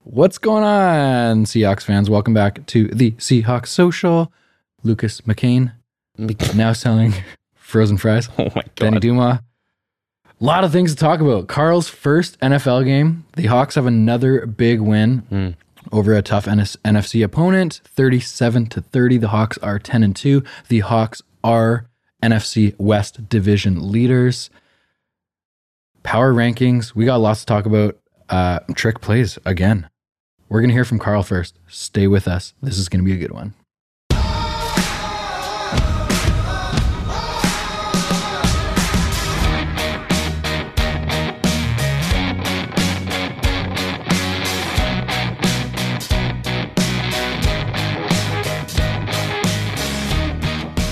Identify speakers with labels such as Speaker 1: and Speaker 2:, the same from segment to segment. Speaker 1: What's going on, Seahawks fans? Welcome back to the Seahawks Social. Lucas McCain now selling frozen fries.
Speaker 2: Oh my
Speaker 1: Danny
Speaker 2: god.
Speaker 1: Duma. A lot of things to talk about. Carl's first NFL game. The Hawks have another big win
Speaker 2: Hmm.
Speaker 1: over a tough NS- NFC opponent, 37 to 30. The Hawks are 10 and 2. The Hawks are NFC West division leaders. Power rankings. We got lots to talk about. Uh, trick plays again. We're going to hear from Carl first. Stay with us. This is going to be a good one.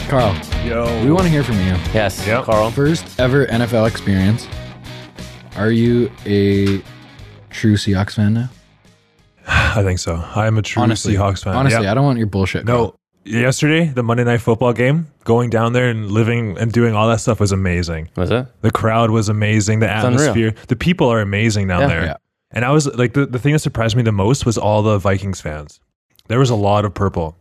Speaker 1: Carl,
Speaker 3: Yo.
Speaker 1: we want to hear from you.
Speaker 2: Yes,
Speaker 3: Yep.
Speaker 2: Carl.
Speaker 1: First ever NFL experience. Are you a true Seahawks fan now?
Speaker 3: I think so. I am a true
Speaker 1: Honestly,
Speaker 3: Seahawks fan.
Speaker 1: Honestly,
Speaker 3: Yeah.
Speaker 1: I don't want your bullshit. Carl.
Speaker 3: no. Yesterday, the Monday night football game, going down there and living and doing all that stuff was amazing.
Speaker 2: Was it?
Speaker 3: The crowd was amazing. The
Speaker 2: unreal.
Speaker 3: atmosphere, the people are amazing down
Speaker 2: Yeah.
Speaker 3: there.
Speaker 1: Yeah.
Speaker 3: And I was like, the, the thing that surprised me the most was all the Vikings fans. There was a lot of purple,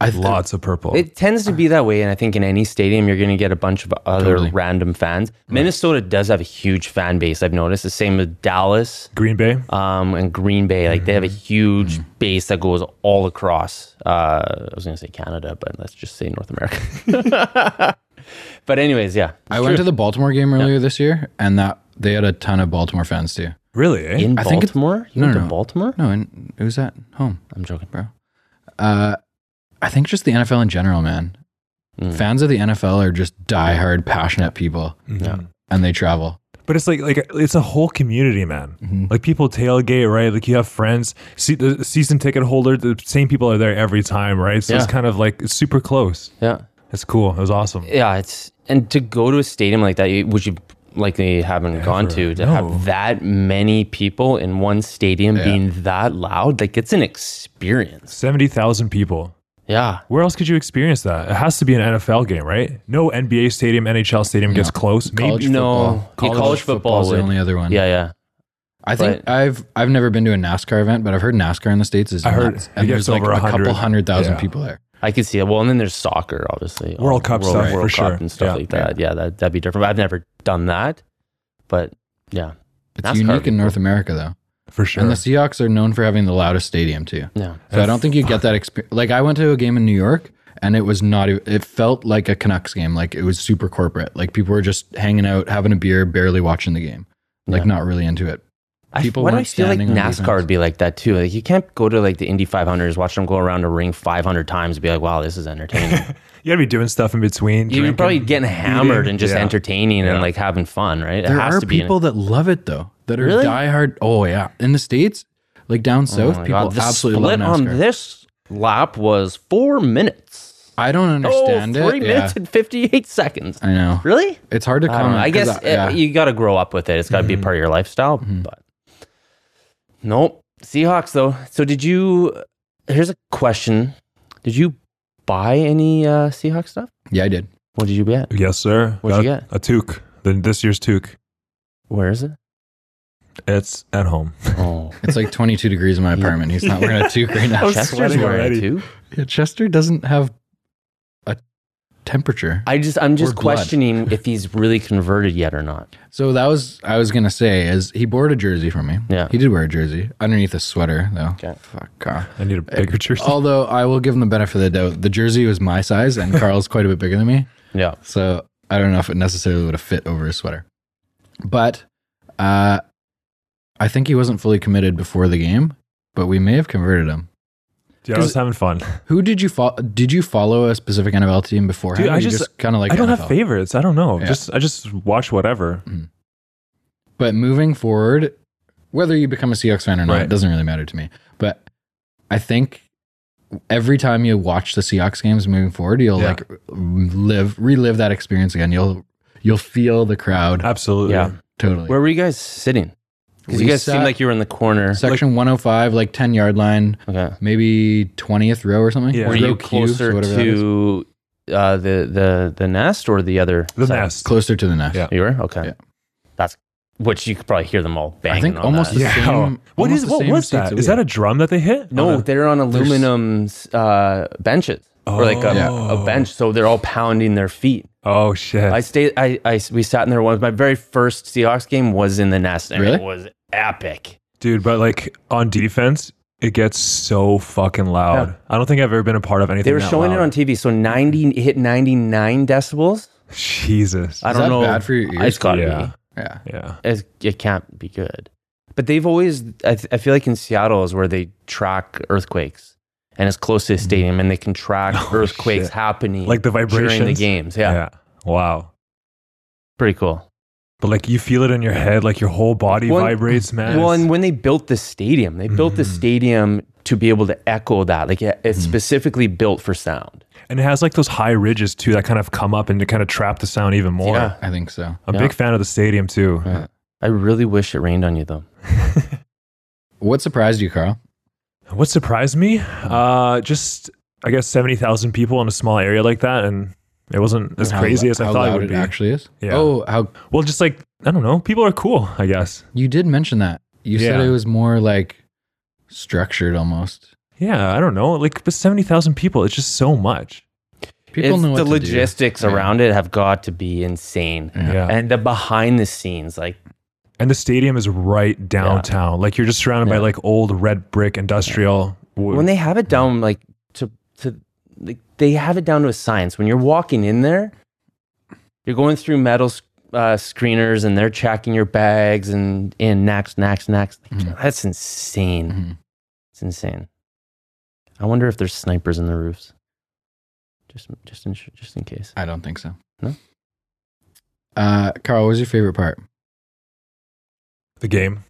Speaker 1: I th-
Speaker 3: lots of purple.
Speaker 2: It tends to be that way, and I think in any stadium you're going to get a bunch of other
Speaker 1: Totally.
Speaker 2: random fans. Minnesota does have a huge fan base. I've noticed the same with Dallas
Speaker 3: Green Bay,
Speaker 2: um, and Green Bay. Like they have a
Speaker 1: Mm-hmm.
Speaker 2: huge base that goes all across. Uh, I was going to say Canada, but let's just say North America. but anyways, yeah,
Speaker 1: I went to the Baltimore game earlier this year, and that they had a ton of Baltimore fans too.
Speaker 3: really? Eh?
Speaker 2: in
Speaker 1: I think it's-
Speaker 2: Baltimore. You
Speaker 1: no,
Speaker 2: went
Speaker 1: no,
Speaker 2: to
Speaker 1: no.
Speaker 2: Baltimore?
Speaker 1: No, and it was at home.
Speaker 2: I'm joking.
Speaker 1: Uh, I think just the NFL in general, man.
Speaker 2: Mm.
Speaker 1: Fans of the NFL are just diehard, passionate people,
Speaker 3: Mhm.
Speaker 1: and they travel.
Speaker 3: But it's like like it's a whole community, man.
Speaker 1: Mm-hmm.
Speaker 3: Like people tailgate, right? Like you have friends. See, the season ticket holder, the same people are there every time, right? So it's
Speaker 2: Yeah.
Speaker 3: kind of like it's super close.
Speaker 2: Yeah.
Speaker 3: It's cool. It was awesome.
Speaker 2: yeah, it's and to go to a stadium like that, you- which you likely haven't gone to, to
Speaker 3: No.
Speaker 2: have that many people in one stadium
Speaker 1: Yeah.
Speaker 2: being that loud, like it's an experience.
Speaker 3: Seventy thousand people.
Speaker 2: Yeah,
Speaker 3: Where else could you experience that? It has to be an NFL game, right? No NBA stadium, NHL stadium gets close.
Speaker 1: College
Speaker 3: Maybe
Speaker 2: no,
Speaker 1: football.
Speaker 2: yeah, college, football
Speaker 1: football's the
Speaker 2: would-
Speaker 1: only other one.
Speaker 2: Yeah, yeah,
Speaker 1: I think I've I've never been to a NASCAR event, but I've heard NASCAR in the states is
Speaker 3: I heard
Speaker 1: nuts,
Speaker 3: it
Speaker 1: and
Speaker 3: gets
Speaker 1: there's like
Speaker 3: over
Speaker 1: a
Speaker 3: 100.
Speaker 1: couple hundred thousand
Speaker 3: Yeah.
Speaker 1: people there.
Speaker 2: I could see it. Well, and then there's soccer, obviously,
Speaker 3: World Cup
Speaker 2: World,
Speaker 3: stuff,
Speaker 2: World
Speaker 3: for
Speaker 2: Cup
Speaker 3: sure.
Speaker 2: and stuff
Speaker 3: Yeah.
Speaker 2: like that. Yeah, that that'd be different. But I've never done that, but yeah,
Speaker 1: It's
Speaker 2: NASCAR would
Speaker 1: unique
Speaker 2: be
Speaker 1: in North America though,
Speaker 3: for sure.
Speaker 1: and the Seahawks are known for having the loudest stadium too.
Speaker 2: yeah.
Speaker 1: So I don't think you get that experience. Like I went to a game in New York, and it was not. e- It felt like a Canucks game. Like it was super corporate. Like people were just hanging out, having a beer, barely watching the game. Like
Speaker 2: Yeah.
Speaker 1: not really into it. People
Speaker 2: I, why do I
Speaker 1: weren't
Speaker 2: feel like
Speaker 1: standing on
Speaker 2: NASCAR
Speaker 1: defense.
Speaker 2: would be like that too? Like you can't go to like the Indy 500s, watch them go around a ring 500 times, and be like, "Wow, this is entertaining."
Speaker 3: you gotta be doing stuff in between.
Speaker 2: You're
Speaker 3: drinking,
Speaker 2: probably getting hammered
Speaker 3: eating.
Speaker 2: and just
Speaker 3: Yeah.
Speaker 2: entertaining and
Speaker 3: Yeah.
Speaker 2: like having fun, right?
Speaker 1: There
Speaker 2: it has
Speaker 1: are
Speaker 2: to be.
Speaker 1: people that love it though. That are
Speaker 2: Really?
Speaker 1: diehard. Oh yeah, in the states, like down
Speaker 2: Oh
Speaker 1: south,
Speaker 2: my
Speaker 1: people
Speaker 2: God, the
Speaker 1: absolutely love
Speaker 2: split
Speaker 1: NASCAR.
Speaker 2: on this lap was four minutes.
Speaker 1: I don't understand
Speaker 2: oh, three
Speaker 1: it.
Speaker 2: minutes and fifty-eight seconds.
Speaker 1: Yeah, I know.
Speaker 2: Really?
Speaker 1: It's hard to
Speaker 2: I don't
Speaker 1: comment.
Speaker 2: know. I
Speaker 1: 'cause
Speaker 2: guess uh
Speaker 1: yeah. Mm-hmm.
Speaker 2: you got to grow up with it. It's got to be a part of your lifestyle. But nope. Seahawks though. So did you? Here's a question. Did you buy any uh, Seahawks stuff?
Speaker 1: yeah, I did.
Speaker 2: What did you get?
Speaker 3: Yes, sir.
Speaker 2: What'd you
Speaker 3: Got
Speaker 2: get?
Speaker 3: A toque. Then this year's toque.
Speaker 2: Where is it?
Speaker 3: It's at home.
Speaker 2: Oh,
Speaker 1: It's like 22 degrees in my apartment. He's not wearing a toque right now.
Speaker 3: was
Speaker 2: Chester's
Speaker 3: sweating
Speaker 2: wearing
Speaker 3: already.
Speaker 2: it too.
Speaker 1: Yeah, Chester doesn't have a temperature.
Speaker 2: I just I'm
Speaker 1: Or
Speaker 2: just
Speaker 1: blood.
Speaker 2: questioning if he's really converted yet or not.
Speaker 1: So that was I was gonna say is he borrowed a jersey from me.
Speaker 2: Yeah.
Speaker 1: he did wear a jersey underneath a sweater though.
Speaker 2: Okay.
Speaker 1: Fuck Carl.
Speaker 3: I need a bigger jersey.
Speaker 1: Although I will give him the benefit of the doubt, the jersey was my size and Carl's quite a bit bigger than me,
Speaker 2: Yeah.
Speaker 1: so I don't know if it necessarily would have fit over his sweater. But uh, I think he wasn't fully committed before the game, but we may have converted him.
Speaker 3: Dude, I was having fun.
Speaker 1: Who did you follow? Did you follow a specific NFL team beforehand?
Speaker 3: Dude, I
Speaker 1: or you
Speaker 3: just-
Speaker 1: kind of like
Speaker 3: I don't
Speaker 1: NFL?
Speaker 3: have favorites. I don't know.
Speaker 1: Yeah.
Speaker 3: Just I just watch whatever.
Speaker 1: But moving forward, whether you become a Seahawks fan or not,
Speaker 3: Right.
Speaker 1: it doesn't really matter to me. But I think every time you watch the Seahawks games moving forward, you'll
Speaker 3: Yeah.
Speaker 1: like live relive that experience again. You'll you'll feel the
Speaker 3: Uh,
Speaker 1: crowd
Speaker 3: Absolutely.
Speaker 2: Yeah.
Speaker 1: totally.
Speaker 2: Where were you guys sitting? Because
Speaker 1: We
Speaker 2: you guys
Speaker 1: sat-
Speaker 2: seemed like you were in the corner.
Speaker 1: Section 105, like 10 yard line,
Speaker 2: Okay.
Speaker 1: maybe 20th row or something.
Speaker 3: Yeah.
Speaker 2: Were
Speaker 3: Row
Speaker 2: you
Speaker 1: Row Q, so
Speaker 2: closer
Speaker 1: whatever that is.
Speaker 2: to uh, the the the nest or the other?
Speaker 3: The
Speaker 2: side?
Speaker 3: nest.
Speaker 1: closer to the nest?
Speaker 3: Yeah.
Speaker 2: You were okay.
Speaker 1: Yeah.
Speaker 2: That's which you could probably hear them all banging.
Speaker 1: think
Speaker 2: on
Speaker 1: almost
Speaker 2: that.
Speaker 1: the same-
Speaker 3: Wow. what
Speaker 1: almost
Speaker 3: is
Speaker 1: the
Speaker 3: what
Speaker 1: same
Speaker 3: was
Speaker 1: seats
Speaker 3: that?
Speaker 1: that we
Speaker 3: Is that a drum that they hit?
Speaker 2: No,
Speaker 3: On a-
Speaker 2: they're on aluminum uh, benches or like a,
Speaker 3: Oh.
Speaker 2: a bench, so they're all pounding their feet.
Speaker 3: oh shit.
Speaker 2: I stayed. I, I we sat in there once. My very first Seahawks game was in the Nest, and
Speaker 1: Really?
Speaker 2: it was epic.
Speaker 3: Dude, but like on defense, it gets so fucking loud. I don't think I've ever been a part of anything.
Speaker 2: They were
Speaker 3: that
Speaker 2: showing
Speaker 3: loud.
Speaker 2: it on TV, so ninety it hit ninety nine decibels.
Speaker 3: Jesus.
Speaker 2: I
Speaker 1: Is
Speaker 2: don't
Speaker 1: that
Speaker 2: know.
Speaker 1: bad for your ears?
Speaker 2: It's gotta
Speaker 3: Yeah.
Speaker 1: Yeah.
Speaker 3: yeah.
Speaker 2: be. It's, it can't be good. But they've always. I, th- I feel like in Seattle is where they track earthquakes, and it's close to the stadium, and they can track
Speaker 3: Oh,
Speaker 2: earthquakes
Speaker 3: shit.
Speaker 2: happening
Speaker 3: Like the vibrations.
Speaker 2: during the games. Yeah,
Speaker 3: Wow.
Speaker 2: pretty cool.
Speaker 3: But like you feel it in your head, like your whole body
Speaker 2: Well,
Speaker 3: vibrates, man.
Speaker 2: Well, and when they built the stadium, they built the
Speaker 3: Mhm.
Speaker 2: stadium to be able to echo that. Like it, it's
Speaker 1: Mhm.
Speaker 2: specifically built for sound.
Speaker 3: and it has like those high ridges too that kind of come up and to kind of trap the sound even more.
Speaker 2: Yeah.
Speaker 1: I think so.
Speaker 3: I'm a
Speaker 2: Yeah.
Speaker 3: big fan of the stadium too.
Speaker 1: Right.
Speaker 2: I really wish it rained on you though.
Speaker 1: What surprised you, Carl?
Speaker 3: What surprised me? Uh, just I guess seventy thousand people in a small area like that, and it wasn't as
Speaker 1: How
Speaker 3: crazy
Speaker 1: lo-
Speaker 3: as I
Speaker 1: how
Speaker 3: thought it
Speaker 1: loud
Speaker 3: would be.
Speaker 1: actually is.
Speaker 3: Yeah.
Speaker 1: Oh, how
Speaker 3: Well, just like I don't know, people are cool, I guess.
Speaker 1: you did mention that. You said
Speaker 3: Yeah.
Speaker 1: it was more like structured almost.
Speaker 3: Yeah, I don't know, like but seventy thousand people, it's just so much.
Speaker 1: People
Speaker 2: It's-
Speaker 1: know what
Speaker 2: the
Speaker 1: to do.
Speaker 2: logistics
Speaker 1: Yeah.
Speaker 2: around it have got to be insane.
Speaker 1: Yeah.
Speaker 3: Yeah.
Speaker 2: And the behind the scenes, like
Speaker 3: and the stadium is right downtown. Like you're just surrounded by
Speaker 2: Yeah.
Speaker 3: like old red brick industrial. w-
Speaker 2: when they have it down, like to to like they have it down to a science. When you're walking in there, you're going through metal sc- uh, screeners and they're checking your bags and and knacks knacks knacks.
Speaker 1: Mhm.
Speaker 2: That's insane.
Speaker 1: Mhm.
Speaker 2: It's insane. I wonder if there's snipers in the roofs. Just just in just in case.
Speaker 1: I don't think so.
Speaker 2: No?
Speaker 1: Uh, Carl, what was your favorite part?
Speaker 3: the game,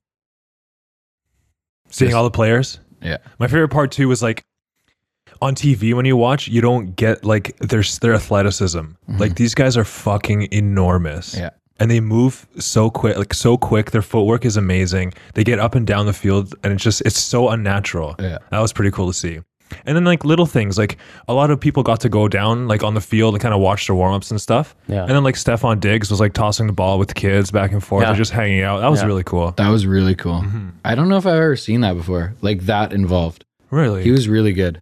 Speaker 3: seeing
Speaker 1: Just-
Speaker 3: all the players.
Speaker 1: Yeah.
Speaker 3: My favorite part too was like on TV when you watch, you don't get like their their athleticism. Like these guys are fucking enormous.
Speaker 1: Mm-hmm. Yeah.
Speaker 3: And they move so quick, like so quick. Their footwork is amazing. They get up and down the field, and it's just it's so unnatural.
Speaker 1: Yeah.
Speaker 3: That was pretty cool to see. And then like little things, like a lot of people got to go down like on the field and kind of watch their warm ups and stuff.
Speaker 2: Yeah.
Speaker 3: And then like Stefan Diggs was like tossing the ball with the kids back and forth,
Speaker 2: Yeah.
Speaker 3: and just hanging out. That was
Speaker 2: Yeah.
Speaker 3: really cool.
Speaker 1: That was really cool.
Speaker 3: Mm-hmm.
Speaker 1: I don't know if I've ever seen that before. Like that involved.
Speaker 3: Really,
Speaker 1: He was really good.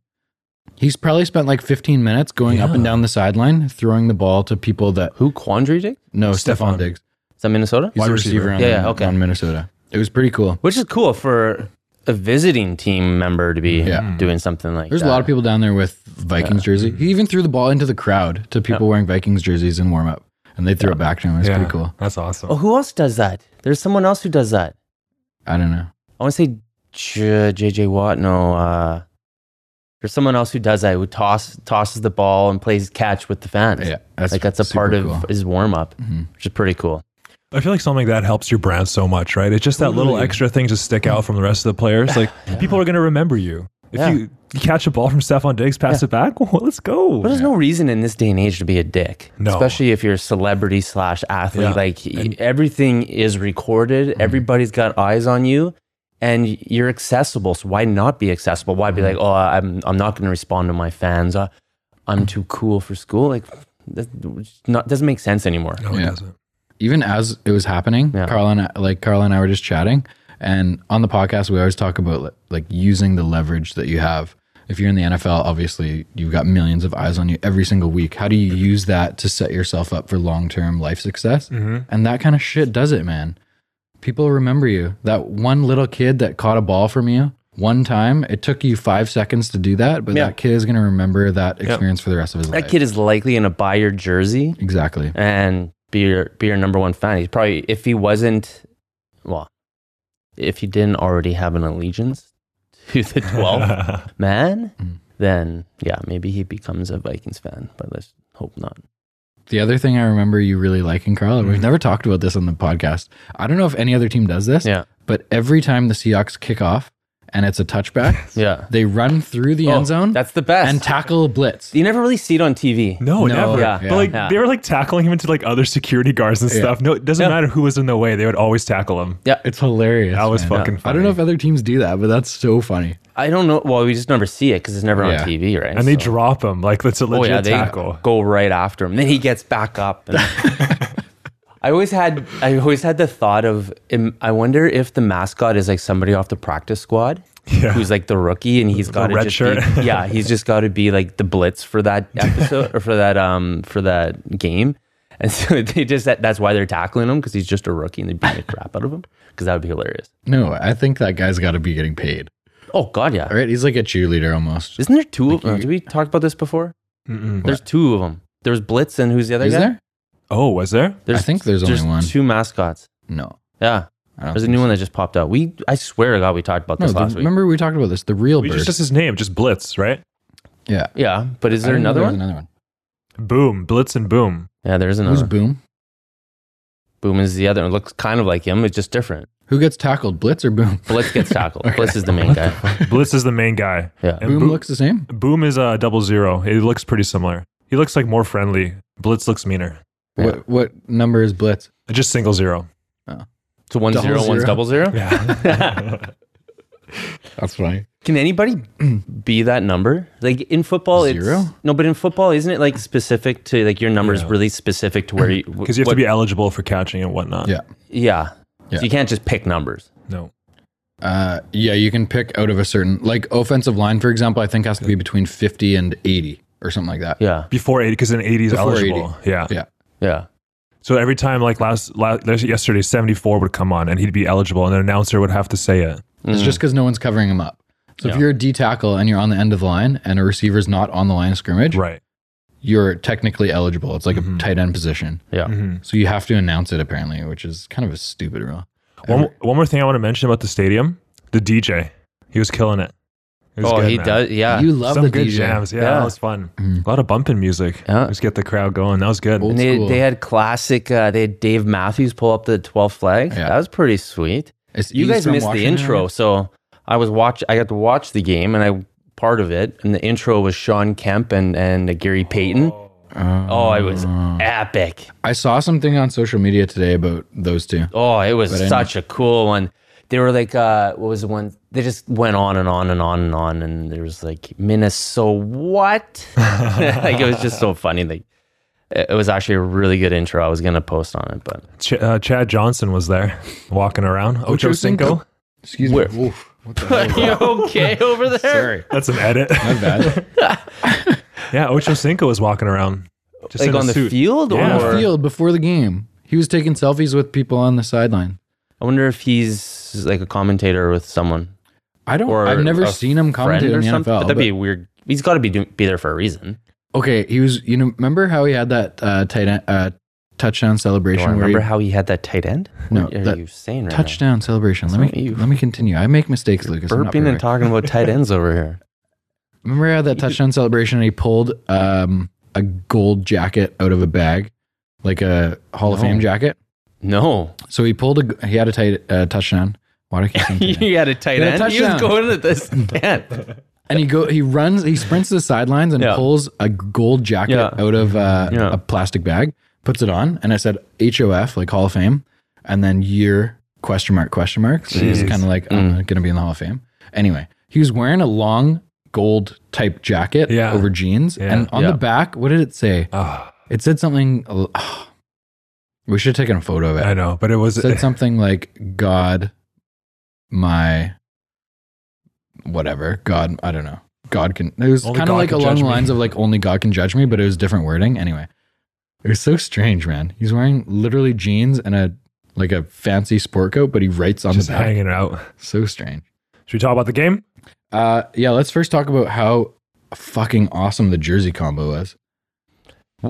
Speaker 1: He's probably spent like 15 minutes going up and
Speaker 3: Yeah.
Speaker 1: down the sideline, throwing the ball to people that
Speaker 2: Who Quandary Diggs?
Speaker 1: no Stefan
Speaker 3: Stephon.
Speaker 1: Diggs.
Speaker 2: Is that Minnesota?
Speaker 1: He's
Speaker 3: Wide
Speaker 1: a receiver,
Speaker 3: receiver.
Speaker 1: on,
Speaker 2: Yeah, yeah, okay.
Speaker 1: on Minnesota. It was pretty cool.
Speaker 2: Which is cool for a visiting team member to be
Speaker 1: Yeah.
Speaker 2: doing something like
Speaker 1: There's
Speaker 2: that.
Speaker 1: a lot of people down there with Vikings jersey. He even threw the ball into the crowd to people wearing Vikings jerseys in warm up, and they threw it back to him. It's
Speaker 3: Yeah.
Speaker 1: pretty cool.
Speaker 3: That's awesome.
Speaker 2: Oh, who else does that? There's someone else who does that.
Speaker 1: I don't know.
Speaker 2: I want to say J- JJ Watt. No, uh, there's someone else who does that who toss, tosses the ball and plays catch with the fans.
Speaker 1: Yeah, that's
Speaker 2: like that's a
Speaker 1: super
Speaker 2: part of
Speaker 1: cool.
Speaker 2: his warm up,
Speaker 1: Mhm.
Speaker 2: which is pretty cool.
Speaker 3: I feel like something like that helps your brand so much, right? It's just that little
Speaker 1: Totally.
Speaker 3: extra thing to stick out from the rest of the players. Like people are going to remember you. If
Speaker 2: Yeah.
Speaker 3: you, you catch a ball from Stephon Diggs, pass it back. Well, let's
Speaker 2: But
Speaker 3: go.
Speaker 2: there's no reason in this day and age to be a dick,
Speaker 3: No.
Speaker 2: especially if you're a celebrity slash athlete.
Speaker 3: Yeah. Mm-hmm.
Speaker 2: Like y- everything is recorded, everybody's got eyes on you, and you're accessible. So why not be accessible? Why
Speaker 3: Mm-hmm.
Speaker 2: be like, oh, I'm I'm not going to respond to my fans. Uh, I'm too cool for school. Like that not, doesn't make sense anymore.
Speaker 3: No, it
Speaker 1: Yeah.
Speaker 3: doesn't.
Speaker 1: even as it was happening,
Speaker 2: Yeah.
Speaker 1: Carl and I, like Carl and I were just chatting, and on the podcast we always talk about like, like using the leverage that you have. If you're in the NFL, obviously you've got millions of eyes on you every single week. How do you use that to set yourself up for long-term life success?
Speaker 2: Mm-hmm.
Speaker 1: And that kind of shit does it, man. People remember you. That one little kid that caught a ball from you one time, it took you five seconds to do that, but
Speaker 2: Yeah.
Speaker 1: that kid is going to remember that experience for the rest of his life.
Speaker 2: That kid is likely going to buy your jersey
Speaker 1: exactly.
Speaker 2: and be your be your number one fan. He's probably if he wasn't, well, if he didn't already have an allegiance to the 12th man,
Speaker 1: Mm.
Speaker 2: then yeah, maybe he becomes a Vikings fan, but let's hope not.
Speaker 1: The other thing I remember you really liking, Carl, and we've
Speaker 2: Mm-hmm.
Speaker 1: never talked about this on the podcast. I don't know if any other team does this,
Speaker 2: Yeah.
Speaker 1: but every time the Seahawks kick off and it's a touchback,
Speaker 2: Yeah.
Speaker 1: they run through the end zone
Speaker 2: Oh, That's the best.
Speaker 1: and tackle a blitz.
Speaker 2: you never really see it on TV.
Speaker 3: no,
Speaker 1: No,
Speaker 3: never.
Speaker 2: yeah,
Speaker 3: But like
Speaker 2: yeah.
Speaker 3: they were like tackling him into like other security guards and
Speaker 1: Yeah.
Speaker 3: stuff. No, it doesn't matter who was in the way; they would always tackle him.
Speaker 1: It's hilarious.
Speaker 3: That was
Speaker 1: man.
Speaker 3: fucking. Funny.
Speaker 1: I don't know if other teams do that, but that's so funny.
Speaker 2: I don't know. Well, we just never see it because it's never
Speaker 1: Yeah.
Speaker 2: on TV, right?
Speaker 3: and they
Speaker 2: So-
Speaker 3: drop him like that's a
Speaker 2: oh
Speaker 3: legit
Speaker 2: yeah, they
Speaker 3: tackle.
Speaker 2: go right after him. Then he gets back up. And I always had I always had the thought of um, I wonder if the mascot is like somebody off the practice squad
Speaker 3: Yeah.
Speaker 2: who's like the rookie and he's got to
Speaker 3: red
Speaker 2: just
Speaker 3: shirt.
Speaker 2: be, yeah he's just got to be like the blitz for that episode or for that um for that game and so they just that, that's why they're tackling him because he's just a rookie and they beat the crap out of him because that would be hilarious.
Speaker 1: No, I think that guy's got to be getting paid.
Speaker 2: Oh God, yeah.
Speaker 1: All right, he's like a cheerleader almost.
Speaker 2: Isn't there two of them? Did we talk about this before?
Speaker 3: Mm-mm.
Speaker 2: There's two of them. There's Blitz and who's the other
Speaker 1: Is
Speaker 2: guy?
Speaker 1: there?
Speaker 3: Oh, was there?
Speaker 2: There's,
Speaker 1: I think there's only one.
Speaker 2: two mascots.
Speaker 1: No,
Speaker 2: Yeah.
Speaker 1: I don't.
Speaker 2: There's a
Speaker 1: think
Speaker 2: new
Speaker 1: so.
Speaker 2: one that just popped out. We, I swear to God, we talked about
Speaker 1: No,
Speaker 2: this
Speaker 1: the-
Speaker 2: last week.
Speaker 1: remember we talked about this. The real
Speaker 3: We
Speaker 1: bird.
Speaker 3: just, just his name, just Blitz, right?
Speaker 1: yeah.
Speaker 2: Yeah, but is
Speaker 1: I
Speaker 2: there
Speaker 1: didn't know
Speaker 2: another
Speaker 1: there was
Speaker 2: one?
Speaker 1: Another one.
Speaker 3: Boom, Blitz and Boom.
Speaker 2: Yeah, there is another.
Speaker 1: Who's
Speaker 2: one.
Speaker 1: Boom?
Speaker 2: Boom is the other one. Looks kind of like him. It's just different.
Speaker 1: Who gets tackled? Blitz or Boom?
Speaker 2: Blitz gets tackled.
Speaker 1: Okay.
Speaker 2: Blitz is the main guy.
Speaker 3: Blitz is the main guy.
Speaker 2: Yeah.
Speaker 3: And
Speaker 1: Boom
Speaker 3: Boom-
Speaker 1: looks the same.
Speaker 3: Boom is a uh, double zero. He looks pretty similar. He looks like more friendly. Blitz looks meaner.
Speaker 2: Yeah.
Speaker 1: What what number is Blitz?
Speaker 3: Just single zero.
Speaker 2: So one
Speaker 1: Double
Speaker 2: zero, one's
Speaker 1: zero.
Speaker 2: double zero.
Speaker 3: Yeah.
Speaker 1: That's funny.
Speaker 2: Can anybody be that number? Like in football, it's
Speaker 1: Zero?
Speaker 2: no. But in football, isn't it like specific to like your number is
Speaker 3: Yeah.
Speaker 2: really specific to where you
Speaker 3: Because you have to be eligible for catching and whatnot.
Speaker 1: Yeah.
Speaker 2: yeah.
Speaker 1: Yeah.
Speaker 2: So you can't just pick numbers.
Speaker 3: No.
Speaker 1: Uh, yeah, you can pick out of a certain like offensive line, for example. I think has to be between fifty and eighty or something like that.
Speaker 2: Yeah.
Speaker 3: Before 80, because an 80 is
Speaker 1: Before 80.
Speaker 3: eligible. Yeah.
Speaker 1: Yeah.
Speaker 2: Yeah.
Speaker 3: So every time, like last, last yesterday, 74 would come on and he'd be eligible and an announcer would have to say it.
Speaker 1: It's just because no one's covering him up. So if
Speaker 2: Mm. Yeah.
Speaker 1: you're a D tackle and you're on the end of the line and a receiver's not on the line of scrimmage,
Speaker 3: Right. Mm-hmm.
Speaker 1: you're technically eligible. It's like a tight end position.
Speaker 2: Yeah.
Speaker 3: Mm.
Speaker 1: So you have to announce it apparently, which is kind of a stupid rule.
Speaker 3: One, one more thing I want to mention about the stadium the DJ. He was killing it. He was
Speaker 2: Oh,
Speaker 3: good,
Speaker 2: he
Speaker 3: man.
Speaker 2: does. Yeah.
Speaker 1: You love
Speaker 3: Some
Speaker 1: the
Speaker 3: good
Speaker 1: DJ.
Speaker 3: jams. Yeah,
Speaker 2: Yeah.
Speaker 3: That was fun. A lot of bumping music.
Speaker 2: Mm. Yeah.
Speaker 3: Just get the crowd going. That was good.
Speaker 1: Old
Speaker 2: And they,
Speaker 1: school.
Speaker 2: they had classic. Uh, they had Dave Matthews pull up the 12 flags.
Speaker 1: Yeah.
Speaker 2: That was pretty sweet.
Speaker 1: It's
Speaker 2: You
Speaker 1: E's
Speaker 2: guys
Speaker 1: from
Speaker 2: missed
Speaker 1: Washington,
Speaker 2: the intro,
Speaker 1: right?
Speaker 2: so I was watch. I got to watch the game, and I part of it. And the intro was Sean Kemp and and Gary Payton. Oh, it was
Speaker 3: Mm.
Speaker 2: epic.
Speaker 1: I saw something on social media today about those two.
Speaker 2: Oh, it was
Speaker 1: I
Speaker 2: such a cool one. They were like, uh, what was the one? They just went on and on and on and on, and there was like Minnesota. What? like it was just so funny. Like it it was actually a really good intro. I was gonna post on it, but
Speaker 3: Ch- uh, Chad Johnson was there walking around. Ocho, Cinco.
Speaker 1: Cinco. Excuse
Speaker 2: Where-
Speaker 1: me. Oof, what the hell?
Speaker 2: Are you okay over there?
Speaker 1: Sorry.
Speaker 3: That's an edit.
Speaker 1: My bad.
Speaker 3: yeah, Ocho Cinco was walking around. Just
Speaker 2: Like
Speaker 3: in a
Speaker 2: on the
Speaker 3: suit.
Speaker 2: field,
Speaker 3: Yeah.
Speaker 2: or
Speaker 1: Field before the game. He was taking selfies with people on the sideline.
Speaker 2: I wonder if he's like a commentator with someone.
Speaker 1: I don't.
Speaker 2: Or
Speaker 1: I've never
Speaker 2: a
Speaker 1: seen him
Speaker 2: Friend
Speaker 1: commentate in
Speaker 2: or
Speaker 1: the NFL.
Speaker 2: something.
Speaker 1: but-
Speaker 2: That'd be weird. He's got to be do- be there for a reason.
Speaker 1: Okay, he was. You know, remember how he had that uh, tight end, uh, touchdown
Speaker 2: Do I
Speaker 1: celebration? where
Speaker 2: remember
Speaker 1: he,
Speaker 2: how he had that tight end?
Speaker 1: No,
Speaker 2: what are
Speaker 1: that
Speaker 2: you saying right now?
Speaker 1: touchdown celebration. Let
Speaker 2: That's
Speaker 1: me
Speaker 2: not you.
Speaker 1: let me continue. I make mistakes, Lucas. I'm not
Speaker 2: Burping and
Speaker 1: perfect.
Speaker 2: talking about tight ends over here.
Speaker 1: Remember how that touchdown celebration? And he pulled um, a gold jacket out of a bag, like a Hall of
Speaker 2: No.
Speaker 1: Fame jacket.
Speaker 2: No,
Speaker 1: So he pulled a. He had a tight uh, touchdown. Why do I keep saying tight end?
Speaker 2: he had a tight
Speaker 1: He had
Speaker 2: end.
Speaker 1: a
Speaker 2: he was
Speaker 1: touchdown.
Speaker 2: going to this stand.
Speaker 1: And he go. He runs. He sprints to the sidelines and
Speaker 2: Yeah.
Speaker 1: pulls a gold jacket
Speaker 2: Yeah.
Speaker 1: out of uh,
Speaker 2: Yeah.
Speaker 1: a plastic bag. Puts it on, and I said HOF, like Hall of Fame, and then year question mark question mark. So he's
Speaker 3: Jeez.
Speaker 1: kind of like I'm
Speaker 2: Mm.
Speaker 1: going to be in the Hall of Fame. Anyway, he was wearing a long gold type jacket
Speaker 3: Yeah.
Speaker 1: over jeans,
Speaker 3: Yeah.
Speaker 1: and on
Speaker 2: Yeah.
Speaker 1: the back, what did it say?
Speaker 3: Ah,
Speaker 1: It said something. ah, we should have taken a photo of it.
Speaker 3: I know, but it was.
Speaker 1: It said something like God, my whatever God. I don't know. God can. It was
Speaker 3: Only
Speaker 1: kind of
Speaker 3: God
Speaker 1: like
Speaker 3: can
Speaker 1: along
Speaker 3: judge
Speaker 1: the
Speaker 3: me.
Speaker 1: lines of like only God can judge me, but it was different wording. Anyway, it was so strange, man. He's wearing literally jeans and a like a fancy sport coat, but he writes on
Speaker 3: just
Speaker 1: the back.
Speaker 3: hanging out.
Speaker 1: So strange.
Speaker 3: Should we talk about the game?
Speaker 1: Uh, yeah. Let's first talk about how fucking awesome the jersey combo was.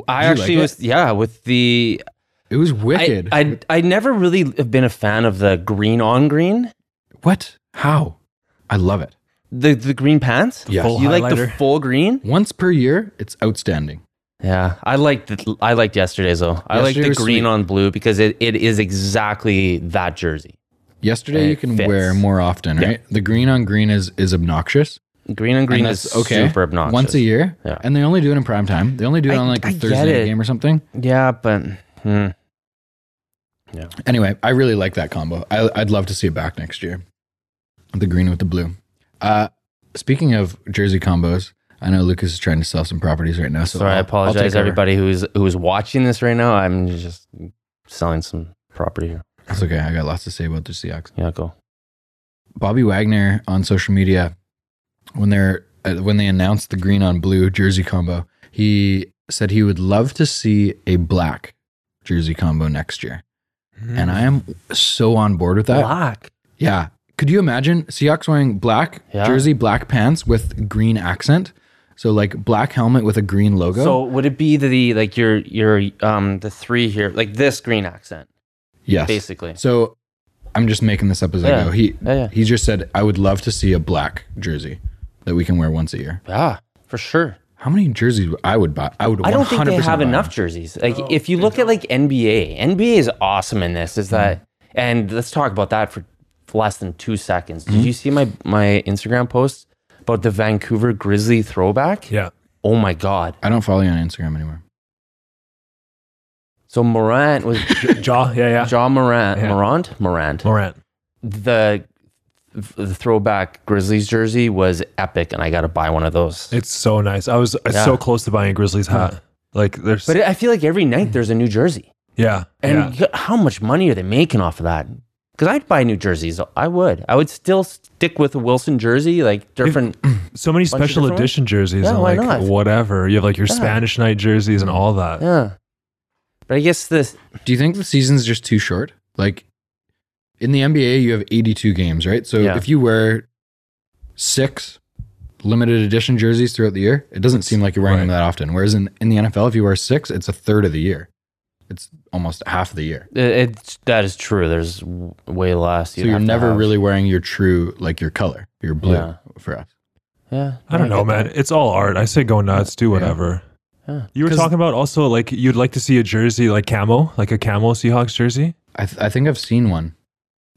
Speaker 2: I
Speaker 1: you
Speaker 2: actually
Speaker 1: like it?
Speaker 2: was yeah with the
Speaker 1: It was
Speaker 2: I,
Speaker 1: wicked.
Speaker 2: I I never really have been a fan of the green on green
Speaker 1: what? How? I love it.
Speaker 2: the the green pants.
Speaker 1: Yes.
Speaker 3: Full
Speaker 2: you like the
Speaker 3: highlighter.
Speaker 2: full green.
Speaker 1: Once per year, it's outstanding.
Speaker 2: Yeah, I liked the, I liked yesterday's though. I like
Speaker 1: Yesterday
Speaker 2: the
Speaker 1: was
Speaker 2: green
Speaker 1: sweet.
Speaker 2: on blue because it, it is exactly that jersey.
Speaker 1: Yesterday
Speaker 2: And
Speaker 1: you
Speaker 2: it
Speaker 1: can
Speaker 2: fits.
Speaker 1: wear more often,
Speaker 2: Yeah.
Speaker 1: right? The green on green is is obnoxious.
Speaker 2: Green on green is super obnoxious.
Speaker 1: Once a year,
Speaker 2: Yeah.
Speaker 1: and they only do it in prime time. They only do it
Speaker 2: I-
Speaker 1: on like a
Speaker 2: I get
Speaker 1: Thursday night
Speaker 2: it.
Speaker 1: game or something.
Speaker 2: Yeah, but hmm.
Speaker 1: Anyway, I really like that combo. I, I'd love to see it back next year. The green with the blue. Uh, speaking of jersey combos, I know Lucas is trying to sell some properties right now. So
Speaker 2: sorry,
Speaker 1: I'll-
Speaker 2: I
Speaker 1: I'll
Speaker 2: apologize
Speaker 1: take over.
Speaker 2: everybody who's who's watching this right now. I'm just selling some property here.
Speaker 1: That's okay. I got lots to say about the Seahawks.
Speaker 2: Yeah, go.
Speaker 1: Bobby Wagner on social media when they're uh, when they announced the green on blue jersey combo, he said he would love to see a black jersey combo next year.
Speaker 2: Mm.
Speaker 1: And I am so on board with that.
Speaker 2: Hmm. Black.
Speaker 1: Yeah. Could you imagine Seahawks wearing black
Speaker 2: Yeah.
Speaker 1: jersey, black pants with green accent? So like black helmet with a green logo.
Speaker 2: So would it be the, the like your your um the three here like this green accent
Speaker 1: yes.
Speaker 2: basically?
Speaker 1: So I'm just making this up as I
Speaker 2: Yeah.
Speaker 1: go. He
Speaker 2: Yeah, yeah,
Speaker 1: he just said I would love to see a black jersey that we can wear once a year.
Speaker 2: yeah, for sure.
Speaker 1: How many jerseys would- I would buy? I would. 100%
Speaker 2: I don't think they have
Speaker 1: buy
Speaker 2: enough
Speaker 1: them. Oh,
Speaker 2: jerseys. Like if you look at like NBA, NBA is awesome in this. Is
Speaker 1: Mm-hmm.
Speaker 2: that and let's talk about that for less than two seconds.
Speaker 1: Mm-hmm.
Speaker 2: Did you see my my Instagram post about the Vancouver Grizzly throwback?
Speaker 3: Yeah.
Speaker 2: Oh my god!
Speaker 1: I don't follow you on Instagram anymore.
Speaker 2: So Morant was
Speaker 3: Jaw. Yeah. Yeah.
Speaker 2: John Morant,
Speaker 3: Yeah.
Speaker 2: Morant, Morant.
Speaker 3: Morant.
Speaker 2: The the throwback Grizzlies jersey was epic, and I got to buy one of those.
Speaker 3: It's so nice. I was it's
Speaker 2: Yeah.
Speaker 3: so close to buying a Grizzlies hat. Like there's.
Speaker 2: but I feel like every night there's a new jersey.
Speaker 3: Mm. yeah.
Speaker 2: And y- how much money are they making off of that? Because I'd buy new jerseys. I would. I would still stick with a Wilson jersey, like different.
Speaker 3: yeah. So many
Speaker 2: bunch of
Speaker 3: special
Speaker 2: different
Speaker 3: edition jerseys
Speaker 2: Yeah,
Speaker 3: and
Speaker 2: why
Speaker 3: like
Speaker 2: not?
Speaker 3: whatever. You have like your
Speaker 2: Yeah.
Speaker 3: Spanish night jerseys and all that.
Speaker 2: yeah. But I guess this.
Speaker 1: Do you think the season's just too short? Like in the NBA, you have 82 games, right? So
Speaker 2: Yeah.
Speaker 1: if you wear six limited edition jerseys throughout the year, it doesn't seem like you're wearing them
Speaker 3: Right.
Speaker 1: that often. Whereas in, in the NFL, if you wear six, it's a third of the year. It's almost half of the year.
Speaker 2: It, it's- that is true. There's w- way less.
Speaker 1: so you're never really wearing your true, like your color, your blue
Speaker 2: Yeah.
Speaker 1: for us.
Speaker 2: Yeah.
Speaker 3: I don't know,
Speaker 2: get
Speaker 3: man.
Speaker 2: that.
Speaker 3: It's all art. I say go nuts, do whatever.
Speaker 2: Yeah.
Speaker 3: You were
Speaker 1: 'Cause-
Speaker 3: talking about also like you'd like to see a jersey like camo, like a camo Seahawks jersey.
Speaker 1: I, th- I think I've seen one.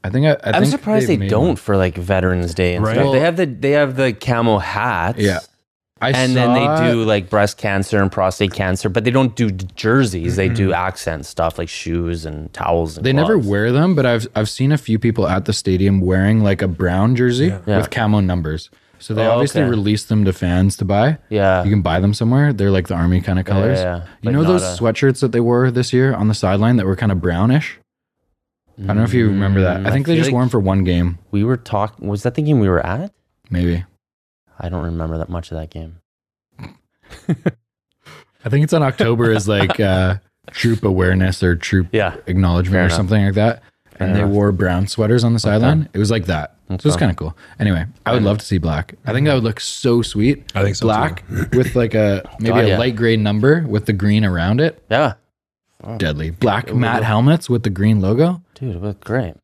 Speaker 1: I think I, I
Speaker 2: I'm
Speaker 1: think
Speaker 2: surprised they
Speaker 1: they've made
Speaker 2: don't
Speaker 1: one.
Speaker 2: for like Veterans Day and
Speaker 3: Right.
Speaker 2: stuff.
Speaker 1: Well-
Speaker 2: they have the they have the camo hats.
Speaker 1: Yeah. I
Speaker 2: and
Speaker 1: saw
Speaker 2: then they do like breast cancer and prostate cancer, but they don't do d- jerseys. They do accent stuff like shoes and towels. And
Speaker 1: Mm-hmm. They never
Speaker 2: gloves.
Speaker 1: wear them, but I've I've seen a few people at the stadium wearing like a brown jersey
Speaker 2: Yeah.
Speaker 1: with camo numbers. So they
Speaker 2: Oh,
Speaker 1: obviously
Speaker 2: okay.
Speaker 1: release them to fans to buy.
Speaker 2: Yeah.
Speaker 1: You can buy them somewhere. They're like the army kind of colors.
Speaker 2: yeah.
Speaker 1: You
Speaker 2: Like
Speaker 1: know
Speaker 2: not
Speaker 1: those
Speaker 2: a-
Speaker 1: sweatshirts that they wore this year on the sideline that were kind of brownish? I don't know if you remember that.
Speaker 2: Mm,
Speaker 1: I
Speaker 2: I
Speaker 1: think they
Speaker 2: feel
Speaker 1: just
Speaker 2: like-
Speaker 1: wore them for one game,
Speaker 2: We were talking. Was that the game we were at?
Speaker 1: maybe.
Speaker 2: I don't remember that much of that game.
Speaker 1: I think it's on October is like uh, troop awareness or troop
Speaker 2: Yeah.
Speaker 1: acknowledgement
Speaker 2: Fair
Speaker 1: or
Speaker 2: enough.
Speaker 1: something like that.
Speaker 2: Fair
Speaker 1: and they
Speaker 2: enough.
Speaker 1: wore brown sweaters on the sideline. It was like that. So it's kind of cool. Anyway, I would love to see black. I think that would look so sweet.
Speaker 3: I think so,
Speaker 1: Black with like a maybe
Speaker 2: God,
Speaker 1: a
Speaker 2: yeah.
Speaker 1: light gray number with the green around it.
Speaker 2: Yeah,
Speaker 1: Deadly. Black matte helmets with the green logo.
Speaker 2: dude, it looked great.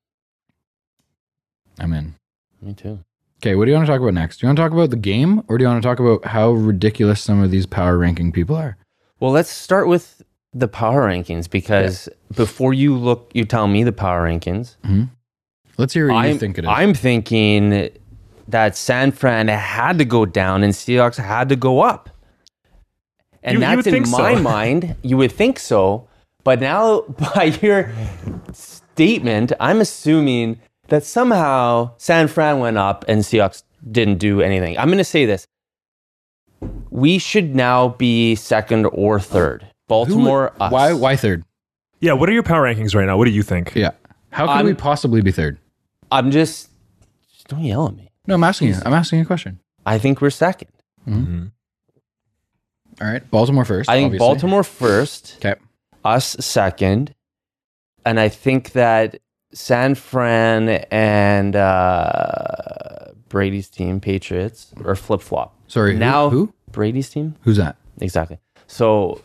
Speaker 1: I'm in.
Speaker 2: Me too.
Speaker 1: Okay, what do you want to talk about next? Do you want to talk about the game or do you want to talk about how ridiculous some of these power ranking people are?
Speaker 2: Well, let's start with the power rankings because before you look, you tell me the power rankings.
Speaker 1: Let's hear what
Speaker 2: I'm,
Speaker 1: you think it is.
Speaker 2: I'm thinking that San Fran had to go down and Seahawks had to go up. And
Speaker 3: You- you
Speaker 2: that's
Speaker 3: would
Speaker 2: in
Speaker 3: think so.
Speaker 2: my mind. You would think so. But now, by your statement, I'm assuming that somehow San Fran went up and Seahawks didn't do anything. I'm going to say this. We should now be second or third.
Speaker 1: Who-
Speaker 2: Baltimore, us.
Speaker 1: Why why third?
Speaker 3: Yeah. What are your power rankings right now? What do you think?
Speaker 1: Yeah. How could
Speaker 2: I'm-
Speaker 1: we possibly be third?
Speaker 2: I'm just, just don't yell at me.
Speaker 1: No, I'm asking you. I'm asking you a question.
Speaker 2: I think we're second. Mm-hmm.
Speaker 3: Mm-hmm.
Speaker 1: All right. Baltimore first.
Speaker 2: I think
Speaker 1: obviously.
Speaker 2: Baltimore first,
Speaker 1: Okay.
Speaker 2: us second, and I think that San Fran and uh, Brady's team, Patriots, or flip flop.
Speaker 1: Sorry. who-
Speaker 2: now
Speaker 1: who?
Speaker 2: Brady's team,
Speaker 1: Who's that?
Speaker 2: exactly. So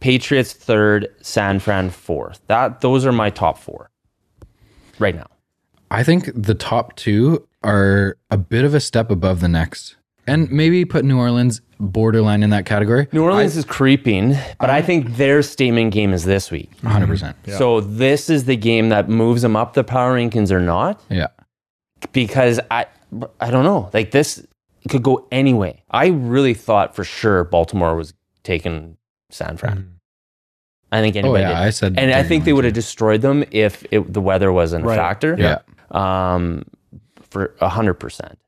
Speaker 2: Patriots third, San Fran fourth. That those are my top four right now.
Speaker 1: I think the top two are a bit of a step above the next, and maybe put New Orleans borderline in that category.
Speaker 2: New Orleans is creeping, but I think their statement game is this week.
Speaker 1: One hundred percent.
Speaker 2: So this is the game that moves them up the power rankings or not.
Speaker 1: Yeah.
Speaker 2: because I I don't know. Like this could go any way. I really thought for sure Baltimore was taking San Fran. I think
Speaker 1: Mm. Oh
Speaker 2: anybody
Speaker 1: yeah.
Speaker 2: did.
Speaker 1: I said.
Speaker 2: and I
Speaker 1: they're
Speaker 2: think they
Speaker 1: going
Speaker 2: would
Speaker 1: to.
Speaker 2: have destroyed them if it, the weather wasn't
Speaker 3: Right.
Speaker 2: a factor.
Speaker 1: Yeah.
Speaker 2: Um, for hundred percent.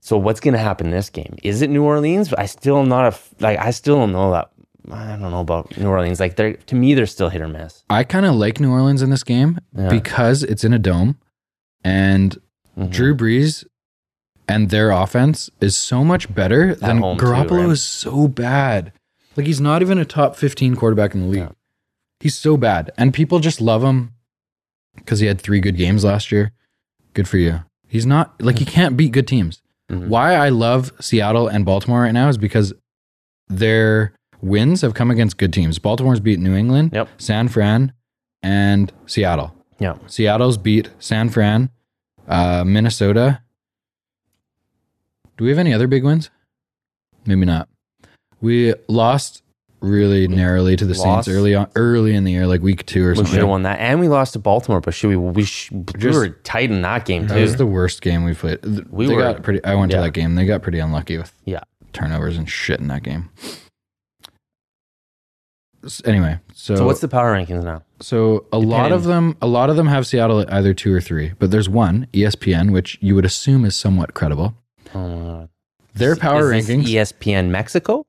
Speaker 2: So what's going to happen this game? Is it New Orleans? I still am not a f- like. I still don't know that I don't know about New Orleans. Like they're to me, they're still hit or miss.
Speaker 1: I kind of like New Orleans in this game
Speaker 2: Yeah.
Speaker 1: because it's in a dome and
Speaker 2: Mhm.
Speaker 1: Drew Brees and their offense is so much better than
Speaker 2: home too,
Speaker 1: Garoppolo
Speaker 2: right?
Speaker 1: is so bad. Like he's not even a top 15 quarterback in the league.
Speaker 2: Yeah.
Speaker 1: He's so bad. And people just love him because he had three good games last year. Good for you. He's not like
Speaker 2: Mm-hmm.
Speaker 1: he can't beat good teams.
Speaker 2: Mhm.
Speaker 1: Why I love Seattle and Baltimore right now is because their wins have come against good teams. Baltimore's beat New England,
Speaker 2: Yep.
Speaker 1: San Fran, and Seattle.
Speaker 2: Yeah.
Speaker 1: Seattle's beat San Fran, uh, Minnesota. Do we have any other big wins? Maybe not. We lost really narrowly to the
Speaker 2: Lost.
Speaker 1: Saints early on, early in the year, like week two or
Speaker 2: We should
Speaker 1: something.
Speaker 2: have won that, and we lost to Baltimore. But should we? We, sh- we
Speaker 1: Just-
Speaker 2: were tight in that game
Speaker 1: That
Speaker 2: too.
Speaker 1: was the worst game we played. Th-
Speaker 2: We
Speaker 1: they
Speaker 2: were-
Speaker 1: got pretty. I went
Speaker 2: yeah.
Speaker 1: to that game. They got pretty unlucky with
Speaker 2: Yeah.
Speaker 1: turnovers and shit in that game. S- Anyway, so
Speaker 2: so what's the power rankings now?
Speaker 1: so a lot of them, a lot of them have Seattle at either two or three, but there's one E ESPN, which you would assume is somewhat credible.
Speaker 2: Oh my god.
Speaker 1: Their
Speaker 2: Is-
Speaker 1: power
Speaker 2: is this E
Speaker 1: rankings,
Speaker 2: ESPN Mexico.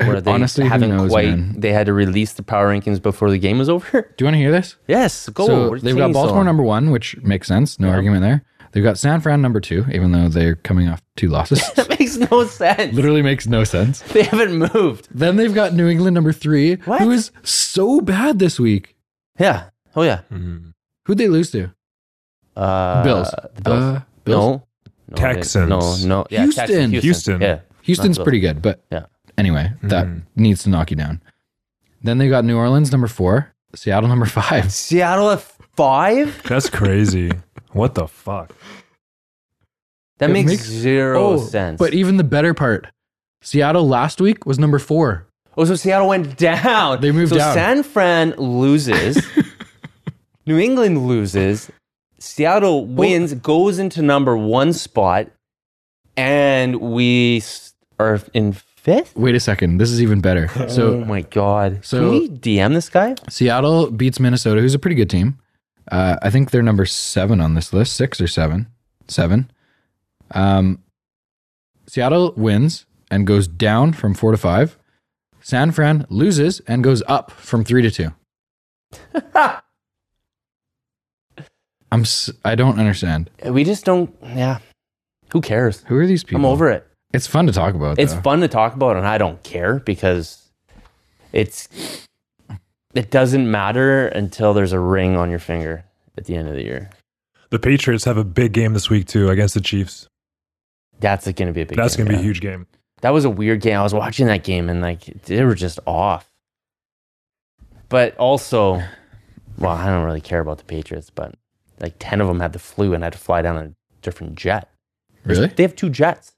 Speaker 2: Or they
Speaker 1: Honestly, who
Speaker 2: haven't
Speaker 1: knows,
Speaker 2: quite.
Speaker 1: man?
Speaker 2: They had to release the power rankings before the game was over.
Speaker 1: Do you want to hear this?
Speaker 2: yes, go.
Speaker 1: so
Speaker 2: We're
Speaker 1: they've got
Speaker 2: changing
Speaker 1: Baltimore
Speaker 2: so
Speaker 1: number one, which makes sense. No
Speaker 2: Yeah.
Speaker 1: argument there. They've got San Fran number two, even though they're coming off two losses.
Speaker 2: long. that makes no sense.
Speaker 1: Literally makes no sense.
Speaker 2: They haven't moved.
Speaker 1: Then they've got New England number three,
Speaker 2: What?
Speaker 1: who is so bad this week.
Speaker 2: Yeah. Oh yeah.
Speaker 3: Mhm.
Speaker 1: Who'd they lose to?
Speaker 2: Uh,
Speaker 1: Bills.
Speaker 2: The Bills.
Speaker 1: Uh, Bills?
Speaker 2: No. No, they-
Speaker 3: Texans.
Speaker 2: No, no. Yeah,
Speaker 1: Houston.
Speaker 2: Texans,
Speaker 3: Houston.
Speaker 2: Yeah.
Speaker 1: Houston's
Speaker 2: Not Bills.
Speaker 1: pretty good, but
Speaker 2: Yeah.
Speaker 1: anyway, that
Speaker 3: Mhm.
Speaker 1: needs to knock you down. Then they got New Orleans number four, Seattle number five.
Speaker 2: Seattle at five?
Speaker 3: That's crazy. what the fuck?
Speaker 2: That
Speaker 1: It
Speaker 2: makes,
Speaker 1: makes- Oh,
Speaker 2: zero sense.
Speaker 1: But even the better part, Seattle last week was number four.
Speaker 2: oh, so Seattle went down.
Speaker 1: They moved
Speaker 2: so
Speaker 1: down.
Speaker 2: San Fran loses. New England loses. Seattle wins, goes into number one spot, and we s- are in fifth.
Speaker 1: Wait a second, this is even better.
Speaker 2: oh
Speaker 1: So
Speaker 2: my god!
Speaker 1: so-
Speaker 2: Can we DM this guy?
Speaker 1: Seattle beats Minnesota, who's a pretty good team. Uh, I think they're number seven on this list, six or seven, seven. Um, Seattle wins and goes down from four to five. San Fran loses and goes up from three to two. I'm s- I don't understand.
Speaker 2: We just don't. Yeah. Who cares?
Speaker 1: Who are these people?
Speaker 2: I'm over it.
Speaker 1: It's fun to talk about.
Speaker 2: It's
Speaker 1: though.
Speaker 2: fun to talk about, and I don't care because it's it doesn't matter until there's a ring on your finger at the end of the year.
Speaker 3: The Patriots have a big game this week too against the Chiefs.
Speaker 2: That's going to be a big.
Speaker 3: That's
Speaker 2: game,
Speaker 3: gonna be
Speaker 2: yeah.
Speaker 3: a huge game.
Speaker 2: That was a weird game. I was watching that game, and like they were just off. But also, well, I don't really care about the Patriots, but like ten of them had the flu and had to fly down a different jet.
Speaker 1: really
Speaker 2: They have two jets.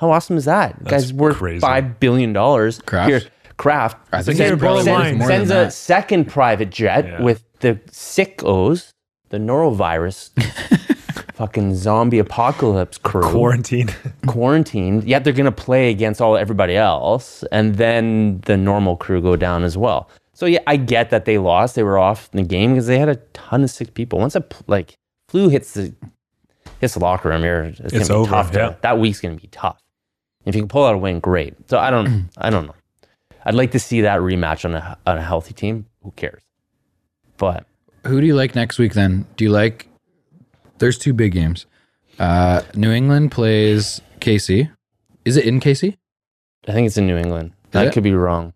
Speaker 2: How awesome is that?
Speaker 3: That's
Speaker 2: Guys worth
Speaker 3: crazy.
Speaker 2: five billion dollars.
Speaker 1: Kraft?
Speaker 2: Kraft.
Speaker 1: I think
Speaker 3: they're probably
Speaker 2: sends,
Speaker 3: worth more
Speaker 1: than
Speaker 2: sends a
Speaker 1: that.
Speaker 2: second private jet
Speaker 3: Yeah.
Speaker 2: with the sickos, the norovirus, fucking zombie apocalypse crew
Speaker 3: Quarantine.
Speaker 2: quarantined. Yet they're gonna play against all everybody else, and then the normal crew go down as well. So yeah, I get that they lost. They were off in the game because they had a ton of sick people. Once a pl- like flu hits the hits the locker room, you're it's, gonna
Speaker 3: It's
Speaker 2: be
Speaker 3: over,
Speaker 2: tough. to-
Speaker 3: yeah.
Speaker 2: That week's gonna be tough. If you can pull out a win, great. So I don't, I don't know. I'd like to see that rematch on a on a healthy team. Who cares? But
Speaker 1: Who do you like next week? Then do you like? There's two big games. Uh, New England plays KC. Is it in KC?
Speaker 2: I think it's in New England.
Speaker 1: it?
Speaker 2: That could be wrong.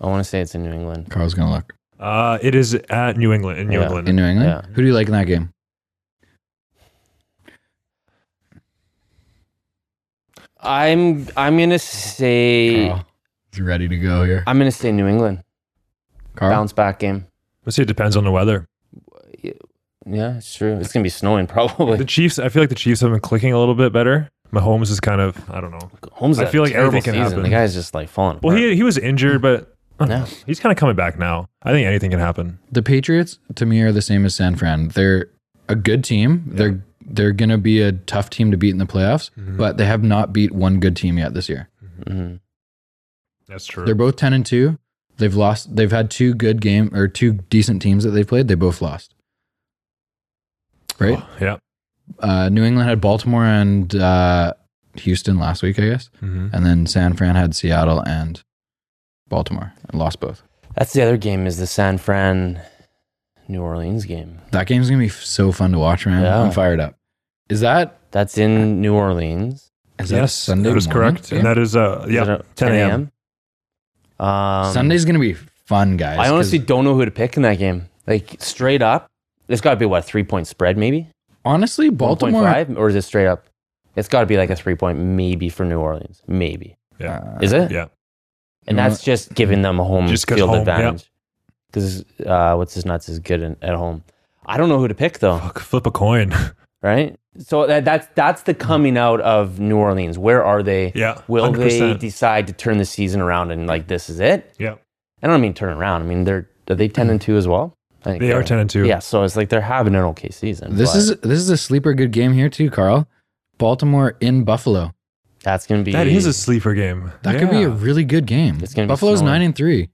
Speaker 2: I want to say it's in New England.
Speaker 1: Carl's gonna look
Speaker 3: Uh, it is at New England in New
Speaker 2: Yeah.
Speaker 3: England.
Speaker 1: in New England.
Speaker 2: Yeah.
Speaker 1: Who do you like in that game?
Speaker 2: I'm I'm gonna say
Speaker 1: Carl, he's ready to go here.
Speaker 2: I'm gonna say New England
Speaker 1: Carl,
Speaker 2: bounce back game.
Speaker 3: Let's see. It depends on the weather.
Speaker 2: Yeah, it's true. It's gonna be snowing
Speaker 3: The
Speaker 2: probably.
Speaker 3: Chiefs. I feel like the Chiefs have been clicking a little bit better. Mahomes is kind of. I don't know.
Speaker 2: Holmes,
Speaker 3: I
Speaker 2: had a
Speaker 3: feel like
Speaker 2: terrible
Speaker 3: everything can
Speaker 2: season. The
Speaker 3: happen.
Speaker 2: guy's just like falling.
Speaker 3: Well,
Speaker 2: apart.
Speaker 3: he he was injured, but I don't
Speaker 2: Yeah.
Speaker 3: know. he's kind of coming back now. I think anything can happen.
Speaker 1: the Patriots to me are the same as San Fran. They're a good team. They're they're gonna be a tough team to beat in the playoffs,
Speaker 2: Mm-hmm.
Speaker 1: but they have not beat one good team yet this year.
Speaker 2: Mhm.
Speaker 3: That's true.
Speaker 1: They're both ten and two. They've lost. They've had two good game or two decent teams that they've played. They both lost. Right.
Speaker 3: Oh, yeah.
Speaker 1: uh, New England had Baltimore and uh, Houston last week, I guess,
Speaker 3: Mm-hmm.
Speaker 1: and then San Fran had Seattle and Baltimore and lost both.
Speaker 2: That's the other game is the San Fran New Orleans game.
Speaker 1: That game's gonna be f- so fun to watch, man.
Speaker 2: Yeah.
Speaker 1: I'm fired up. Is that
Speaker 2: That's in New Orleans.
Speaker 1: is that
Speaker 3: Yes,
Speaker 1: Sunday?
Speaker 3: that is
Speaker 1: morning
Speaker 3: correct,
Speaker 1: game?
Speaker 3: and that is uh,
Speaker 2: Is it
Speaker 3: yeah,
Speaker 2: at
Speaker 3: 10 a.m.
Speaker 2: Um,
Speaker 1: Sunday's gonna be fun, guys.
Speaker 2: I honestly
Speaker 1: 'cause
Speaker 2: don't know who to pick in that game. Like straight up, it's got to be what a three point spread, maybe
Speaker 1: honestly Baltimore.
Speaker 2: 1.5? or is it straight up? It's got to be like a three point, maybe for New Orleans, maybe.
Speaker 1: uh,
Speaker 2: Is it?
Speaker 3: Yeah.
Speaker 1: You
Speaker 2: And
Speaker 1: know
Speaker 2: that's just giving them a home
Speaker 3: Just 'cause
Speaker 2: field
Speaker 3: home, yeah.
Speaker 2: advantage. Because uh, what's his nuts is good in, at home. I don't know who to pick though,
Speaker 3: Fuck, flip a coin.
Speaker 2: right? So that, that's that's the coming out of New Orleans. Where are they?
Speaker 3: yeah,
Speaker 2: Will they
Speaker 3: 100%.
Speaker 2: decide to turn the season around and like this is it?
Speaker 3: yeah,
Speaker 2: I don't mean turn around. I mean they're are they ten and two as well? I think
Speaker 3: they are
Speaker 2: they're-
Speaker 3: ten and two.
Speaker 2: Yeah, so it's like they're having an okay season.
Speaker 1: This
Speaker 2: but
Speaker 1: is this is a sleeper good game here too, Carl. Baltimore in Buffalo.
Speaker 2: that's gonna be
Speaker 3: that is a sleeper game.
Speaker 1: That could be a
Speaker 3: Yeah.
Speaker 1: really good game.
Speaker 2: It's gonna be
Speaker 1: Buffalo's
Speaker 2: snowing.
Speaker 1: nine and three.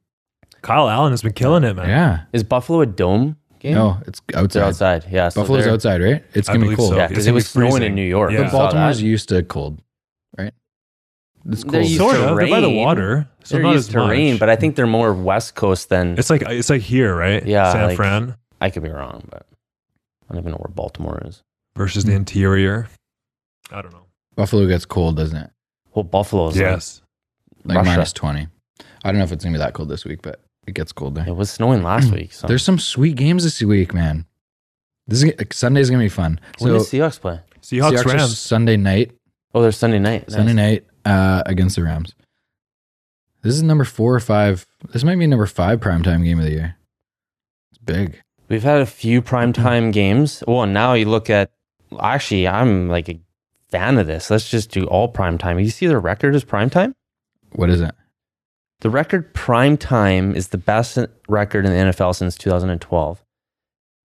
Speaker 3: Kyle Allen has been killing it, man.
Speaker 1: Yeah.
Speaker 2: is Buffalo a dome game?
Speaker 1: No, it's
Speaker 2: Is it
Speaker 1: outside.
Speaker 2: outside. Yeah, so
Speaker 1: Buffalo's
Speaker 2: they're-
Speaker 1: outside, right? It's
Speaker 3: I
Speaker 1: gonna be
Speaker 3: believe
Speaker 1: cold.
Speaker 3: so.
Speaker 2: Yeah,
Speaker 3: It's
Speaker 2: because it
Speaker 3: gonna
Speaker 2: was
Speaker 3: be
Speaker 2: snowing in
Speaker 3: freezing.
Speaker 2: New York.
Speaker 3: Yeah.
Speaker 2: I
Speaker 1: But
Speaker 2: saw
Speaker 1: Baltimore's
Speaker 2: that.
Speaker 1: used to cold, right? It's
Speaker 2: They're
Speaker 1: cold.
Speaker 2: used
Speaker 3: Sort
Speaker 2: to
Speaker 3: of. They're by the
Speaker 2: rain.
Speaker 3: water, so
Speaker 2: they're
Speaker 3: not
Speaker 2: used
Speaker 3: as
Speaker 2: to rain,
Speaker 3: much.
Speaker 2: but I think they're more West Coast than
Speaker 3: It's like it's like here, right?
Speaker 2: Yeah,
Speaker 3: San
Speaker 2: like-
Speaker 3: Fran
Speaker 2: I could be wrong, but I don't even know where Baltimore is.
Speaker 3: versus
Speaker 1: Hmm.
Speaker 3: the interior. I don't know.
Speaker 1: Buffalo gets cold, doesn't it?
Speaker 2: Well, Buffalo's like,
Speaker 3: yes,
Speaker 1: Like
Speaker 2: Russia.
Speaker 1: minus twenty. I don't know if it's gonna be that cold this week, but it gets cold there.
Speaker 2: it was snowing last week. So
Speaker 1: There's some sweet games this week, man. This is like, Sunday's gonna be fun.
Speaker 2: when
Speaker 1: So
Speaker 2: does Seahawks play?
Speaker 3: Seahawks,
Speaker 1: Seahawks are
Speaker 3: Rams.
Speaker 1: Sunday night.
Speaker 2: Oh, they're Sunday night.
Speaker 1: Sunday
Speaker 2: Nice.
Speaker 1: night uh, against the Rams. This is number four or five. This might be number five primetime game of the year. It's big.
Speaker 2: We've had a few primetime games. Well, now you look at actually, I'm like a fan of this. Let's just do all primetime. You see the record is primetime?
Speaker 1: What is it?
Speaker 2: The record primetime is the best record in the NFL since 2012.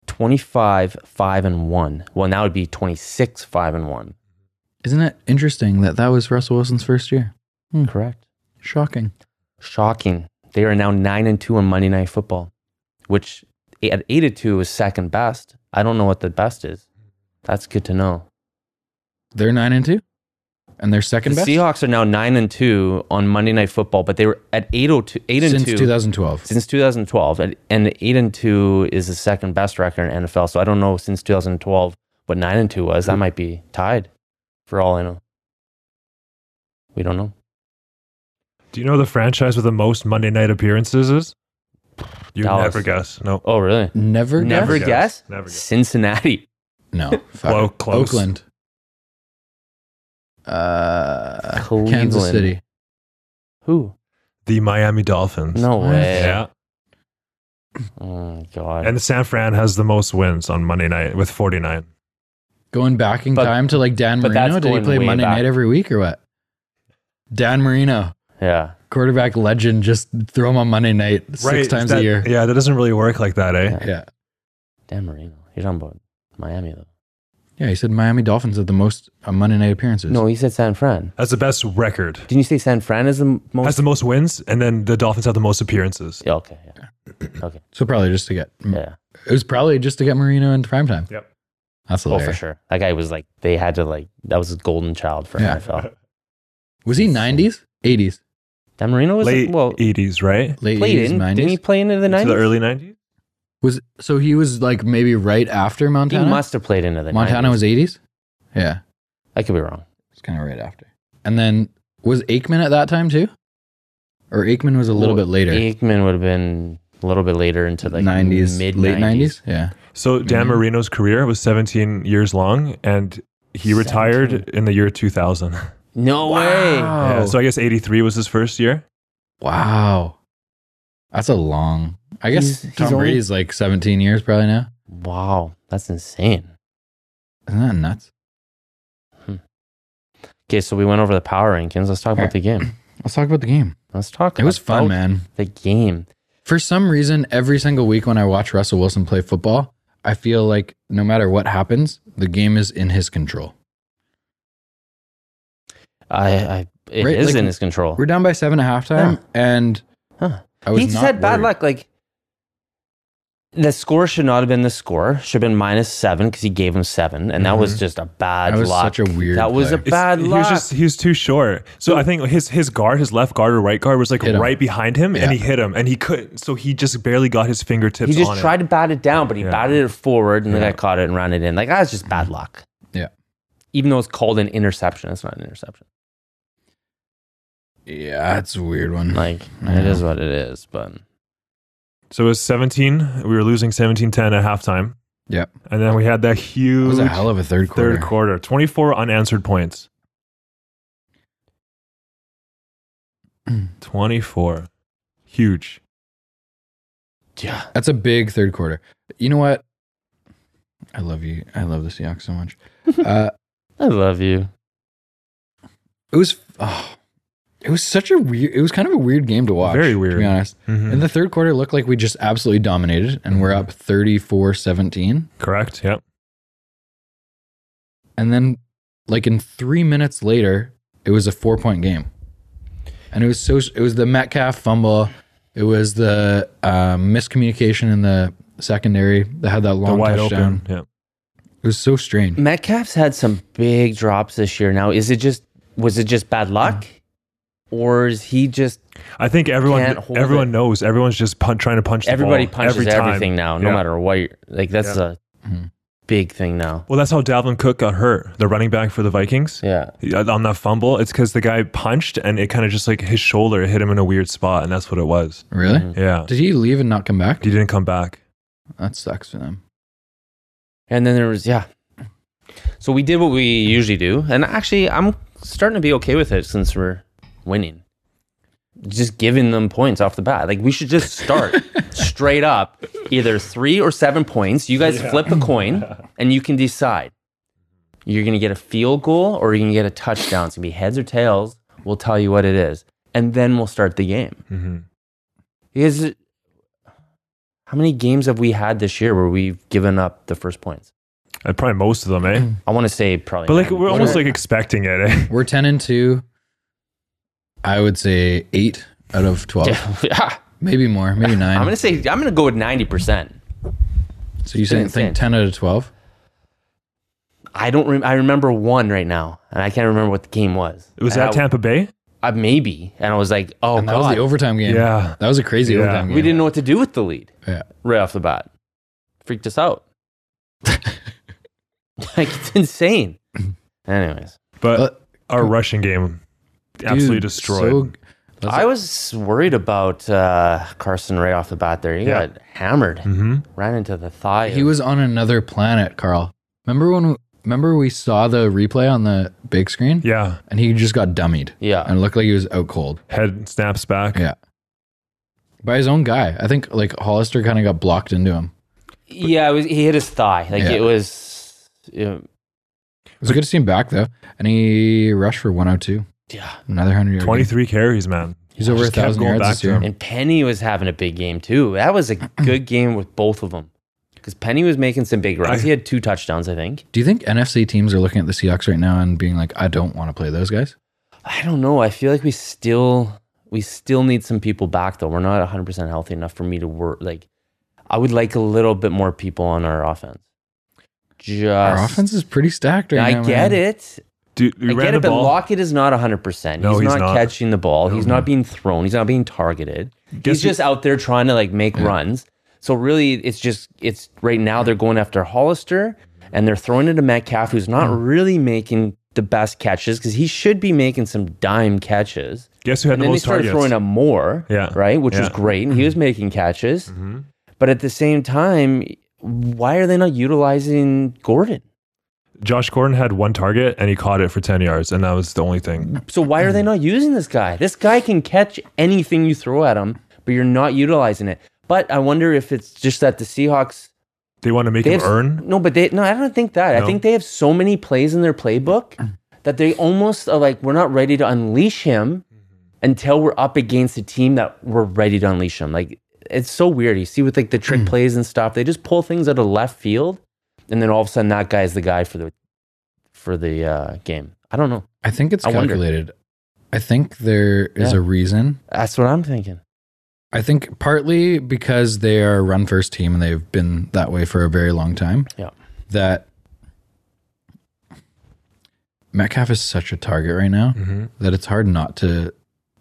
Speaker 2: 25 5 and 1. Well, now it'd be 26 5 and 1.
Speaker 1: Isn't it interesting that that was Russell Wilson's first year?
Speaker 2: Correct.
Speaker 1: Shocking.
Speaker 2: Shocking. They are now 9 and 2 on Monday Night Football, which at 8 and 2 is second best. I don't know what the best is. That's good to know.
Speaker 1: They're nine and two, and they're second
Speaker 2: the
Speaker 1: best
Speaker 2: Seahawks are now nine and two on Monday Night Football, but they were at eight oh two eight and
Speaker 1: since
Speaker 2: two
Speaker 1: 2012.
Speaker 2: since 2012, and- and eight and two is the second best record in NFL. So I don't know since 2012 what nine and two was. That might be tied, for all I know. We don't know.
Speaker 3: Do you know the franchise with the most Monday night appearances is? You
Speaker 2: Dallas.
Speaker 3: never guess. No.
Speaker 2: Oh, really?
Speaker 1: Never,
Speaker 2: Never
Speaker 1: guessed?
Speaker 3: guess.
Speaker 2: guess.
Speaker 3: Never guess.
Speaker 2: Cincinnati.
Speaker 1: No, fuck.
Speaker 3: Well, close.
Speaker 1: Oakland, uh, Kansas
Speaker 2: Cleveland.
Speaker 1: City.
Speaker 2: Who?
Speaker 3: The Miami Dolphins.
Speaker 2: No way.
Speaker 3: Yeah.
Speaker 2: Oh God.
Speaker 3: And San Fran has the most wins on Monday night with 49.
Speaker 1: Going back in
Speaker 2: But-
Speaker 1: time to like Dan
Speaker 2: but
Speaker 1: Marino.
Speaker 2: that's
Speaker 1: Did he
Speaker 2: going
Speaker 1: play
Speaker 2: way
Speaker 1: Monday
Speaker 2: back.
Speaker 1: night every week or what? Dan Marino,
Speaker 2: yeah.
Speaker 1: quarterback legend, just throw him on Monday night six
Speaker 3: Right,
Speaker 1: times
Speaker 3: that-
Speaker 1: a year.
Speaker 3: Yeah, that doesn't really work like that, eh?
Speaker 2: Yeah.
Speaker 1: Yeah.
Speaker 2: Dan Marino. You're talking about Miami though.
Speaker 1: Yeah, he said Miami Dolphins had the most uh, Monday night appearances.
Speaker 2: No, he said San Fran.
Speaker 3: That's the best record.
Speaker 2: Didn't you say San Fran is the m-
Speaker 3: Has
Speaker 2: most?
Speaker 3: the most wins, and then the Dolphins have the most appearances.
Speaker 2: Yeah, okay. Yeah.
Speaker 1: So probably just to get
Speaker 3: Mm-hmm.
Speaker 2: yeah.
Speaker 1: it was probably just to get Marino into primetime.
Speaker 3: Yep.
Speaker 1: That's
Speaker 2: Oh,
Speaker 1: hilarious.
Speaker 2: for sure. That guy was like, they had to like, that was his golden child for
Speaker 1: Yeah.
Speaker 2: NFL.
Speaker 1: Was he nineties? Eighties?
Speaker 2: Dan Marino was
Speaker 3: Late
Speaker 2: like, well,
Speaker 3: 80s, right?
Speaker 1: Late
Speaker 2: played
Speaker 1: eighties,
Speaker 2: in. Didn't he
Speaker 1: nineties?
Speaker 2: play into the
Speaker 3: To
Speaker 2: 90s?
Speaker 3: the early 90s?
Speaker 1: Was so he was like maybe right after
Speaker 2: he
Speaker 1: Montana?
Speaker 2: must have played into the
Speaker 1: Montana
Speaker 2: 90s.
Speaker 1: was eighties? Yeah.
Speaker 2: I could be wrong.
Speaker 1: It's kinda right after. And then was Aikman at that time too? Or Aikman was a little
Speaker 2: Well,
Speaker 1: bit later.
Speaker 2: Aikman would have been a little bit later into like
Speaker 1: Nineties,
Speaker 2: mid
Speaker 1: late nineties. Yeah.
Speaker 3: So Dan
Speaker 1: Mhm.
Speaker 3: Marino's career was 17 years long, and he retired
Speaker 2: 17.
Speaker 3: in the year 2000.
Speaker 2: No way.
Speaker 1: Oh.
Speaker 3: Yeah, so I guess 83 was his first year.
Speaker 1: wow. That's a long I guess
Speaker 2: He's- he's
Speaker 1: Tom
Speaker 2: only-
Speaker 1: Brady's like seventeen years probably now.
Speaker 2: Wow. That's insane.
Speaker 1: Isn't that nuts?
Speaker 2: Okay, so we went over the power rankings. Let's talk about the game.
Speaker 1: Let's talk about the game.
Speaker 2: Let's talk
Speaker 1: It was fun,
Speaker 2: about
Speaker 1: man.
Speaker 2: the game.
Speaker 1: For some reason, every single week when I watch Russell Wilson play football, I feel like no matter what happens, the game is in his control.
Speaker 2: I, I it
Speaker 1: Right,
Speaker 2: is
Speaker 1: like,
Speaker 2: in his control.
Speaker 1: We're down by seven at halftime,
Speaker 2: Yeah.
Speaker 1: and
Speaker 2: Huh.
Speaker 1: I was
Speaker 2: he just
Speaker 1: not
Speaker 2: had bad
Speaker 1: worried.
Speaker 2: luck. Like the score should not have been the score. Should have been minus seven because he gave him seven, and that was just a bad
Speaker 1: Mm-hmm. That was
Speaker 2: luck.
Speaker 1: such a weird
Speaker 2: That was a
Speaker 1: play.
Speaker 3: It's-
Speaker 2: bad
Speaker 3: he
Speaker 2: luck.
Speaker 3: was just he was too short. So I think his his guard, his left guard or right guard, was like
Speaker 1: him.
Speaker 3: right behind him, and he hit him, and he couldn't. So he just barely got his fingertips.
Speaker 2: he just
Speaker 3: on
Speaker 2: tried
Speaker 3: It.
Speaker 2: to bat it down, but he
Speaker 3: Yeah. Mm-hmm.
Speaker 2: batted it forward, and the guy caught it and ran it in. Like that's just bad luck.
Speaker 1: Yeah.
Speaker 2: Even though it's called an interception, it's not an interception.
Speaker 1: Yeah, it's a weird one.
Speaker 2: Like it
Speaker 1: Yeah.
Speaker 2: is what it is. But
Speaker 3: So it was seventeen. We were losing 17-10 at halftime.
Speaker 1: Yep.
Speaker 3: And then we had that
Speaker 1: It
Speaker 3: huge
Speaker 1: was a hell of a third quarter.
Speaker 3: third quarter, twenty four unanswered points. twenty four, huge.
Speaker 2: yeah,
Speaker 1: That's a big third quarter. You know what? I love you. I love the Seahawks so much. Uh,
Speaker 2: I love you.
Speaker 1: it was oh, it was such a weird. It was kind of a weird game to watch.
Speaker 3: Very weird.
Speaker 1: to be honest.
Speaker 3: Mhm.
Speaker 1: In the third quarter, it looked like we just absolutely dominated, and
Speaker 3: Mm.
Speaker 1: we're up 34-17.
Speaker 3: Correct. Yep.
Speaker 1: And then, like in three minutes later, it was a four point game. And it was so it was the Metcalf fumble, it was the uh, miscommunication in the secondary that had that
Speaker 3: The
Speaker 1: long
Speaker 3: wide
Speaker 1: touchdown.
Speaker 3: open. Mm. Yep.
Speaker 1: It was so strange.
Speaker 2: Metcalf's had some big drops this year. Now, is it just was it just bad luck,
Speaker 3: Mm.
Speaker 2: or is he just
Speaker 3: I think
Speaker 2: Can't
Speaker 3: everyone
Speaker 2: hold
Speaker 3: everyone
Speaker 2: it.
Speaker 3: knows. Everyone's just pun- trying to punch. the
Speaker 2: everybody
Speaker 3: ball
Speaker 2: punches
Speaker 3: every time.
Speaker 2: everything now? No
Speaker 3: Yeah. Mm-hmm.
Speaker 2: matter what, you're, like that's a
Speaker 1: Mhm.
Speaker 2: big thing now.
Speaker 3: Well, that's how Dalvin Cook got hurt, the running back for the Vikings.
Speaker 2: Yeah,
Speaker 3: He- On that fumble, it's because the guy punched and it kind of just like his shoulder hit him in a weird spot, and that's what it was.
Speaker 1: Really?
Speaker 3: Yeah.
Speaker 1: Did he leave and not come back?
Speaker 3: He didn't come back.
Speaker 1: That sucks for them.
Speaker 2: and then there was yeah. So we did what we usually do, and actually, I'm starting to be okay with it since we're winning. Just giving them points off the bat. Like we should just start straight up, either three or seven points. You guys flip a coin, and you can decide. you're going to get a field goal or you're going to get a touchdown. It's going to be heads or tails. We'll tell you what it is. And then we'll start the game.
Speaker 3: hmm
Speaker 2: Because it- how many games have we had this year where we've given up the first points?
Speaker 3: And probably most of them, eh?
Speaker 2: I want to say probably.
Speaker 3: But like
Speaker 2: nine.
Speaker 3: we're almost
Speaker 1: What
Speaker 3: like expecting it. Eh?
Speaker 1: We're ten and two. I would say eight out of twelve.
Speaker 2: Yeah.
Speaker 1: Maybe more, maybe nine.
Speaker 2: I'm going to say, I'm going to go with 90%.
Speaker 1: so you saying
Speaker 2: insane.
Speaker 1: think ten out of twelve?
Speaker 2: I don't, rem I remember one right now and I can't remember what the game was.
Speaker 3: It was
Speaker 2: And
Speaker 3: at
Speaker 2: I-
Speaker 3: Tampa Bay.
Speaker 2: I- maybe. And I was like, oh,
Speaker 1: And that was
Speaker 2: God.
Speaker 1: the overtime game.
Speaker 3: Yeah.
Speaker 1: That was a crazy
Speaker 3: Yeah.
Speaker 1: overtime game.
Speaker 2: we didn't know what to do with the lead.
Speaker 1: Yeah.
Speaker 2: right off the bat. Freaked us out. like it's insane. Anyways,
Speaker 3: But
Speaker 1: Uh,
Speaker 3: our rushing game absolutely
Speaker 1: Dude,
Speaker 3: destroyed.
Speaker 1: so- that's
Speaker 2: I was worried about uh, Carson right off the bat. There, he
Speaker 3: Yeah.
Speaker 2: got hammered,
Speaker 3: hmm
Speaker 2: ran into the thigh.
Speaker 1: He was on another planet, Carl. Remember when? Remember we saw the replay on the big screen,
Speaker 3: Yeah.
Speaker 1: and he just got dummied,
Speaker 2: yeah.
Speaker 1: and it looked like he was out cold.
Speaker 3: Head snaps back.
Speaker 1: Yeah, by his own guy. I think like Hollister kind of got blocked into him.
Speaker 2: yeah, it was, he hit his thigh. Like
Speaker 1: Yeah.
Speaker 2: it was, yeah,
Speaker 1: It was good to see him back though, and he rushed for 102,
Speaker 2: yeah.
Speaker 1: another hundred yard. game.
Speaker 3: 23 carries, man.
Speaker 1: He's over a
Speaker 3: Just kept
Speaker 1: thousand
Speaker 3: going
Speaker 1: yards
Speaker 3: back
Speaker 1: this
Speaker 3: to
Speaker 1: year.
Speaker 3: him.
Speaker 2: And Penny was having a big game too. That was a good game with both of them because Penny was making some big runs.
Speaker 3: I-
Speaker 2: he had two touchdowns, I think.
Speaker 1: Do you think NFC teams are looking at the Seahawks right now and being like, I don't want to play those guys?
Speaker 2: I don't know. I feel like we still we still need some people back though. We're not 100% healthy enough for me to work like I would like a little bit more people on our offense. Just
Speaker 1: Our offense is pretty stacked right
Speaker 2: I
Speaker 1: now.
Speaker 2: get
Speaker 1: man.
Speaker 2: it.
Speaker 3: Dude, we
Speaker 2: I
Speaker 3: ran
Speaker 2: get
Speaker 3: the
Speaker 2: it, but
Speaker 3: ball.
Speaker 2: Lockett is not 100%.
Speaker 3: No,
Speaker 2: he's,
Speaker 3: he's
Speaker 2: not,
Speaker 3: not.
Speaker 2: catching the ball. He's
Speaker 3: No.
Speaker 2: not being thrown. He's not being targeted.
Speaker 3: Guess
Speaker 2: he's just out there trying to like make runs. So really it's just it's right now they're going after Hollister and they're throwing it to Metcalf who's not
Speaker 3: Hmm.
Speaker 2: really making the best catches because he should be making some dime catches.
Speaker 3: Guess who had
Speaker 2: And
Speaker 3: the
Speaker 2: then they
Speaker 3: most
Speaker 2: started
Speaker 3: targets?
Speaker 2: throwing up more,
Speaker 3: Yeah.
Speaker 2: right, which was
Speaker 3: Yeah. Mm-hmm.
Speaker 2: great. And he was making catches, but at the same time, why are they not utilizing Gordon?
Speaker 3: Josh Gordon had one target and he caught it for 10 yards, and that was the only thing.
Speaker 2: So why are they not using this guy? This guy can catch anything you throw at him, but you're not utilizing it. But I wonder if it's just that the Seahawks
Speaker 3: They want to make
Speaker 2: they
Speaker 3: him
Speaker 2: have
Speaker 3: earn.
Speaker 2: no, but they no, I don't think that.
Speaker 3: No?
Speaker 2: I think they have so many plays in their playbook that they almost are like we're not ready to unleash him
Speaker 3: Mm-hmm.
Speaker 2: until we're up against a team that we're ready to unleash him. Like it's so weird. You see with like the trick
Speaker 3: Mm.
Speaker 2: plays and stuff, they just pull things out of left field, and then all of a sudden that guy's the guy for the for the uh, game. I don't know.
Speaker 1: I think it's
Speaker 2: I wonder.
Speaker 1: calculated. I think there is
Speaker 2: Yeah.
Speaker 1: a reason
Speaker 2: That's what I'm thinking.
Speaker 1: I think partly because they are a run first team and they've been that way for a very long time.
Speaker 2: Yeah.
Speaker 1: That Metcalf is such a target right now
Speaker 3: Mhm.
Speaker 1: that it's hard not to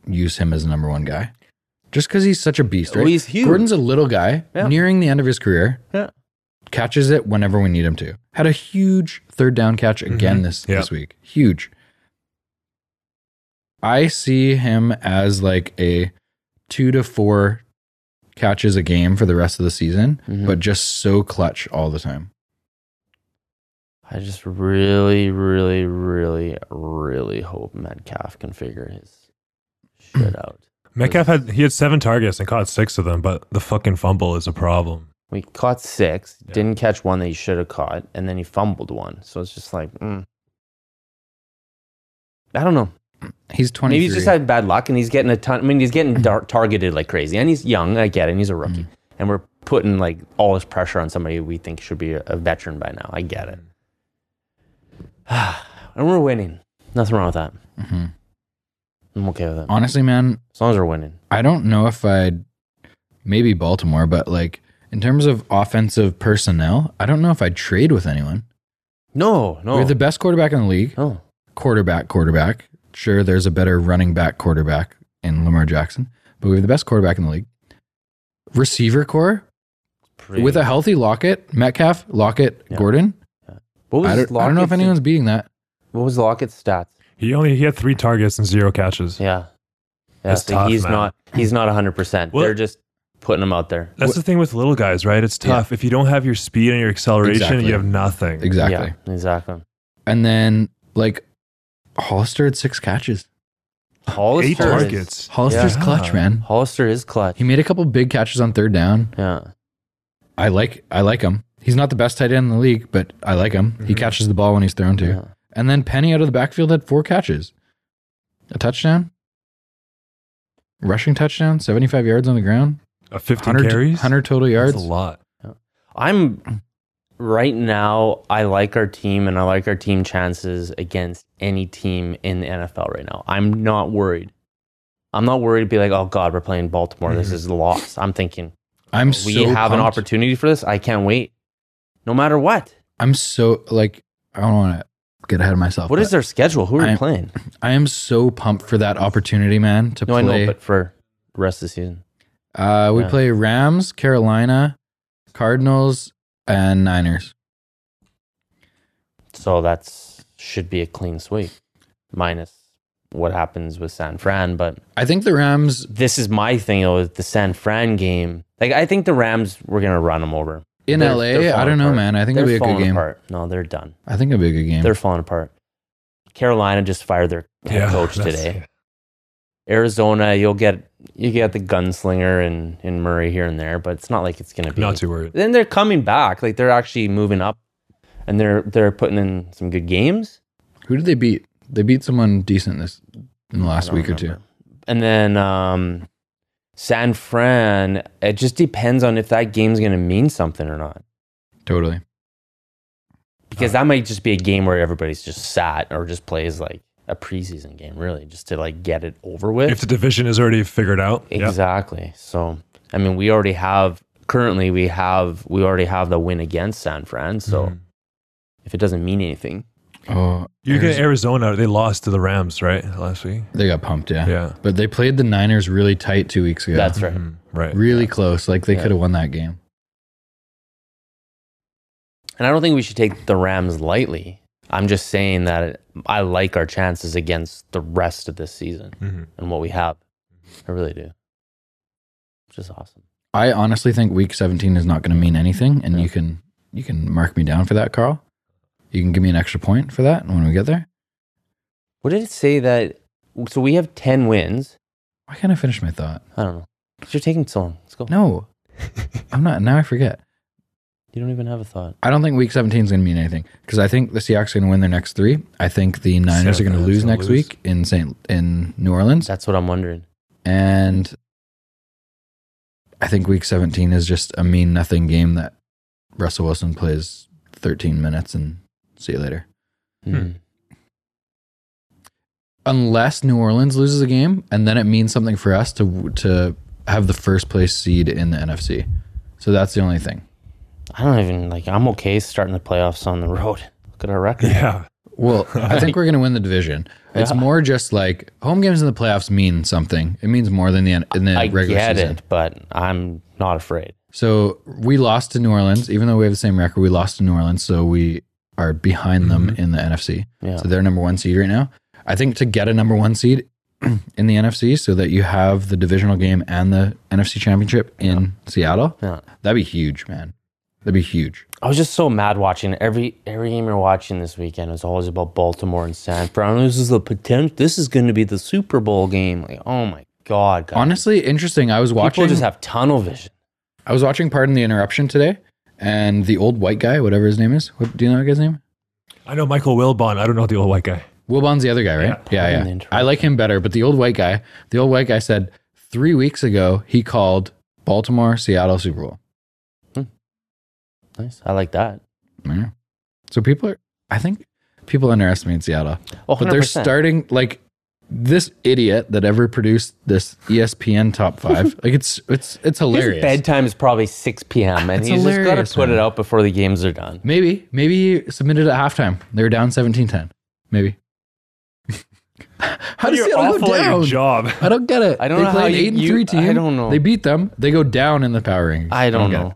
Speaker 1: use him as a number one guy. Just because he's such a beast, right?
Speaker 2: Well, he's huge.
Speaker 1: Gordon's a little guy
Speaker 2: Yeah.
Speaker 1: nearing the end of his career.
Speaker 2: Yeah.
Speaker 1: Catches it whenever we need him to. Had a huge third down catch again this
Speaker 3: Yeah.
Speaker 1: this week. Huge. I see him as like a two to four catches a game for the rest of the season,
Speaker 2: Mhm.
Speaker 1: but just so clutch all the time.
Speaker 2: I just really, really, really, really hope Metcalf can figure his shit out.
Speaker 3: Metcalf had he had seven targets and caught six of them, but the fucking fumble is a problem.
Speaker 2: We caught six, didn't catch one that he should have caught, and then he fumbled one. So it's just like, mm. I don't know.
Speaker 1: He's twenty.
Speaker 2: Maybe he's just had bad luck, and he's getting a ton. I mean, he's getting dar- targeted like crazy, and he's young. I get it. And he's a rookie,
Speaker 1: Mm-hmm.
Speaker 2: and we're putting like all this pressure on somebody we think should be a, a veteran by now. I get it. and we're winning. Nothing wrong with that.
Speaker 1: Mhm.
Speaker 2: I'm okay with it.
Speaker 1: Honestly, man,
Speaker 2: As long as we're winning.
Speaker 1: I don't know if I'd maybe Baltimore, but like in terms of offensive personnel, I don't know if I'd trade with anyone.
Speaker 2: No, no,
Speaker 1: We're the best quarterback in the league.
Speaker 2: no.
Speaker 1: Quarterback, quarterback. Sure, there's a better running back quarterback in Lamar Jackson, but we have the best quarterback in the league. Receiver core
Speaker 2: Pretty-
Speaker 1: with a healthy Lockett, Metcalf, Lockett,
Speaker 2: Yeah.
Speaker 1: Gordon.
Speaker 2: what
Speaker 1: I don't, I don't know if
Speaker 2: Lockett's-
Speaker 1: anyone's beating that.
Speaker 2: What was Lockett's stats?
Speaker 3: He only he had three targets and zero catches.
Speaker 2: Yeah, yeah.
Speaker 3: That's
Speaker 2: so
Speaker 3: tough,
Speaker 2: he's
Speaker 3: man.
Speaker 2: not. He's not 100. percent
Speaker 3: Well-
Speaker 2: They're just putting him out there.
Speaker 3: That's the thing with little guys, right? It's tough. If you don't have your speed and your acceleration,
Speaker 1: Exactly.
Speaker 3: you have nothing.
Speaker 1: Exactly.
Speaker 2: Yeah, exactly.
Speaker 1: And then like Hollister had six catches.
Speaker 2: Hollister
Speaker 3: Eight
Speaker 2: is-
Speaker 3: targets.
Speaker 1: Hollister's
Speaker 3: Yeah.
Speaker 1: clutch, man.
Speaker 2: Hollister is clutch.
Speaker 1: He made a couple big catches on third down.
Speaker 2: yeah.
Speaker 1: I like I like him. He's not the best tight end in the league, but I like him. He
Speaker 3: Mhm.
Speaker 1: catches the ball when he's thrown to.
Speaker 2: yeah.
Speaker 1: And then Penny out of the backfield had four catches. A touchdown. Rushing touchdown, 75 yards on the ground,
Speaker 3: Uh, 15
Speaker 1: 100,
Speaker 3: carries.
Speaker 1: 100 total yards.
Speaker 3: That's a lot.
Speaker 2: I'm right now. I like our team, and I like our team chances against any team in the NFL right now. I'm not worried. I'm not worried to be like, oh God, we're playing Baltimore.
Speaker 1: Mm-hmm.
Speaker 2: This is lost. I'm thinking
Speaker 1: I'm
Speaker 2: we
Speaker 1: so
Speaker 2: have an
Speaker 1: pumped.
Speaker 2: opportunity for this. I can't wait. No matter what.
Speaker 1: I'm so like I don't want to get ahead of myself.
Speaker 2: What is
Speaker 1: but
Speaker 2: their schedule? Who are
Speaker 1: I-
Speaker 2: we playing?
Speaker 1: I am so pumped for that opportunity, man, to
Speaker 2: No, I
Speaker 1: play.
Speaker 2: know, but for the rest of the season.
Speaker 1: uh we
Speaker 2: Yeah.
Speaker 1: play Rams, Carolina, Cardinals, and Niners.
Speaker 2: So that's should be a clean sweep, minus what happens with San Fran. But
Speaker 1: I think the Rams
Speaker 2: this is my thing though, with the San Fran game. Like I think the Rams were gonna run them over.
Speaker 1: in
Speaker 2: They're-
Speaker 1: LA,
Speaker 2: they're
Speaker 1: I
Speaker 2: falling
Speaker 1: don't know,
Speaker 2: apart.
Speaker 1: man. I think
Speaker 2: they're
Speaker 1: it'll be a good
Speaker 2: falling
Speaker 1: game.
Speaker 2: apart. No, they're done.
Speaker 1: I think it'll be a good game.
Speaker 2: They're falling apart. Carolina just fired their head coach
Speaker 3: that's-
Speaker 2: today. Arizona, you'll get you get the gunslinger and and Murray here and there, but it's not like it's gonna be
Speaker 3: Not too worried.
Speaker 2: then they're coming back. Like they're actually moving up, and they're they're putting in some good games.
Speaker 1: Who did they beat? They beat someone decent this in the
Speaker 2: I
Speaker 1: last
Speaker 2: don't
Speaker 1: week or two.
Speaker 2: remember. And then um, San Fran. It just depends on if that game's going to mean something or not,
Speaker 1: Totally.
Speaker 2: because that might just be a game where everybody's just sat or just plays like a preseason game, really, just to like get it over with.
Speaker 3: If the division is already figured out, yeah.
Speaker 2: Exactly. So, I mean, we already have currently we have we already have the win against San Fran. So,
Speaker 3: Mhm.
Speaker 2: if it doesn't mean anything,
Speaker 1: Oh,
Speaker 3: you get
Speaker 1: Arizona-
Speaker 3: Arizona. They lost to the Rams, right, last week.
Speaker 1: they got pumped, yeah.
Speaker 3: Yeah.
Speaker 1: But they played the Niners really tight two weeks ago.
Speaker 2: that's right.
Speaker 3: Mhm. Right.
Speaker 1: really close. Like they
Speaker 2: Yeah.
Speaker 1: could have won that game.
Speaker 2: And I don't think we should take the Rams lightly. I'm just saying that I like our chances against the rest of this season
Speaker 3: Mhm.
Speaker 2: and what we have. I really do. Which is awesome.
Speaker 1: I honestly think Week 17 is not going to mean anything, and you can you can mark me down for that, Carl. You can give me an extra point for that when we get there.
Speaker 2: What did it say that? So we have 10 wins.
Speaker 1: Why can't I finish my thought?
Speaker 2: I don't know. 'Cause You're taking so long. Let's go.
Speaker 1: No,
Speaker 3: Mm-hmm.
Speaker 1: I'm not. Now I forget.
Speaker 2: You don't even have a thought.
Speaker 1: I don't think week 17 is going to mean anything because I think the Seahawks are going to win their next three. I think the Niners are going to
Speaker 3: Niners
Speaker 1: lose
Speaker 3: gonna
Speaker 1: next
Speaker 3: lose.
Speaker 1: week in Saint in New Orleans,
Speaker 2: That's what I'm wondering.
Speaker 1: and I think week 17 is just a mean nothing game that Russell Wilson plays 13 minutes and see you later.
Speaker 2: Hmm.
Speaker 1: Unless New Orleans loses a game, and then it means something for us to to have the first place seed in the NFC. So that's the only thing.
Speaker 2: I don't even like. I'm okay starting the playoffs on the road. Look at our record.
Speaker 3: Yeah.
Speaker 1: Well, I think we're going to win the division. It's more just like home games in the playoffs mean something. It means more than the in the
Speaker 2: I
Speaker 1: regular
Speaker 2: get
Speaker 1: season.
Speaker 2: it, but I'm not afraid.
Speaker 1: So we lost to New Orleans, even though we have the same record. We lost to New Orleans, so we are behind them in the NFC.
Speaker 2: Mm-hmm. Yeah.
Speaker 1: So they're number one seed right now. I think to get a number one seed in the NFC, so that you have the divisional game and the NFC Championship in Seattle,
Speaker 2: Yeah.
Speaker 1: that'd be huge, man. That'd be huge.
Speaker 2: I was just so mad watching every every game you're watching this weekend was always about Baltimore and San Fran. This is the potential. This is going to be the Super Bowl game. Like, oh my god, guys.
Speaker 1: Honestly, interesting. I was
Speaker 2: people
Speaker 1: watching.
Speaker 2: just have tunnel vision.
Speaker 1: I was watching Pardon the Interruption today, and the old white guy, whatever his name is, what, do you know that guy's name?
Speaker 3: I know Michael Wilbon. I don't know the old white guy.
Speaker 1: Wilbon's the other guy, right?
Speaker 2: Yeah,
Speaker 1: Yeah,
Speaker 2: Wilbon
Speaker 1: yeah.
Speaker 2: the
Speaker 1: I like him better, but the old white guy, the old white guy said three weeks ago he called Baltimore, Seattle Super Bowl.
Speaker 2: Nice. I like that.
Speaker 1: Yeah. So people are, I think people underestimate Seattle,
Speaker 2: Oh,
Speaker 1: but they're
Speaker 2: 100%.
Speaker 1: starting like this idiot that ever produced this E ESPN top five. like it's it's it's
Speaker 2: His
Speaker 1: hilarious.
Speaker 2: bedtime is probably 6 p.m. and
Speaker 1: It's
Speaker 2: he's just got to
Speaker 1: hilarious,
Speaker 2: put
Speaker 1: man.
Speaker 2: it out before the games are done.
Speaker 1: Maybe maybe he submitted at halftime. They were down 17-10. Maybe. How does
Speaker 3: You're
Speaker 1: Seattle
Speaker 3: awful
Speaker 1: go
Speaker 3: at
Speaker 1: down?
Speaker 3: your job.
Speaker 1: I don't get it.
Speaker 2: I don't
Speaker 1: they
Speaker 2: know how
Speaker 1: play an
Speaker 2: you-
Speaker 1: eight and
Speaker 2: you-
Speaker 1: three team.
Speaker 2: I don't know.
Speaker 1: They beat them. They go down in the power rankings.
Speaker 2: I don't,
Speaker 1: get it.
Speaker 2: know.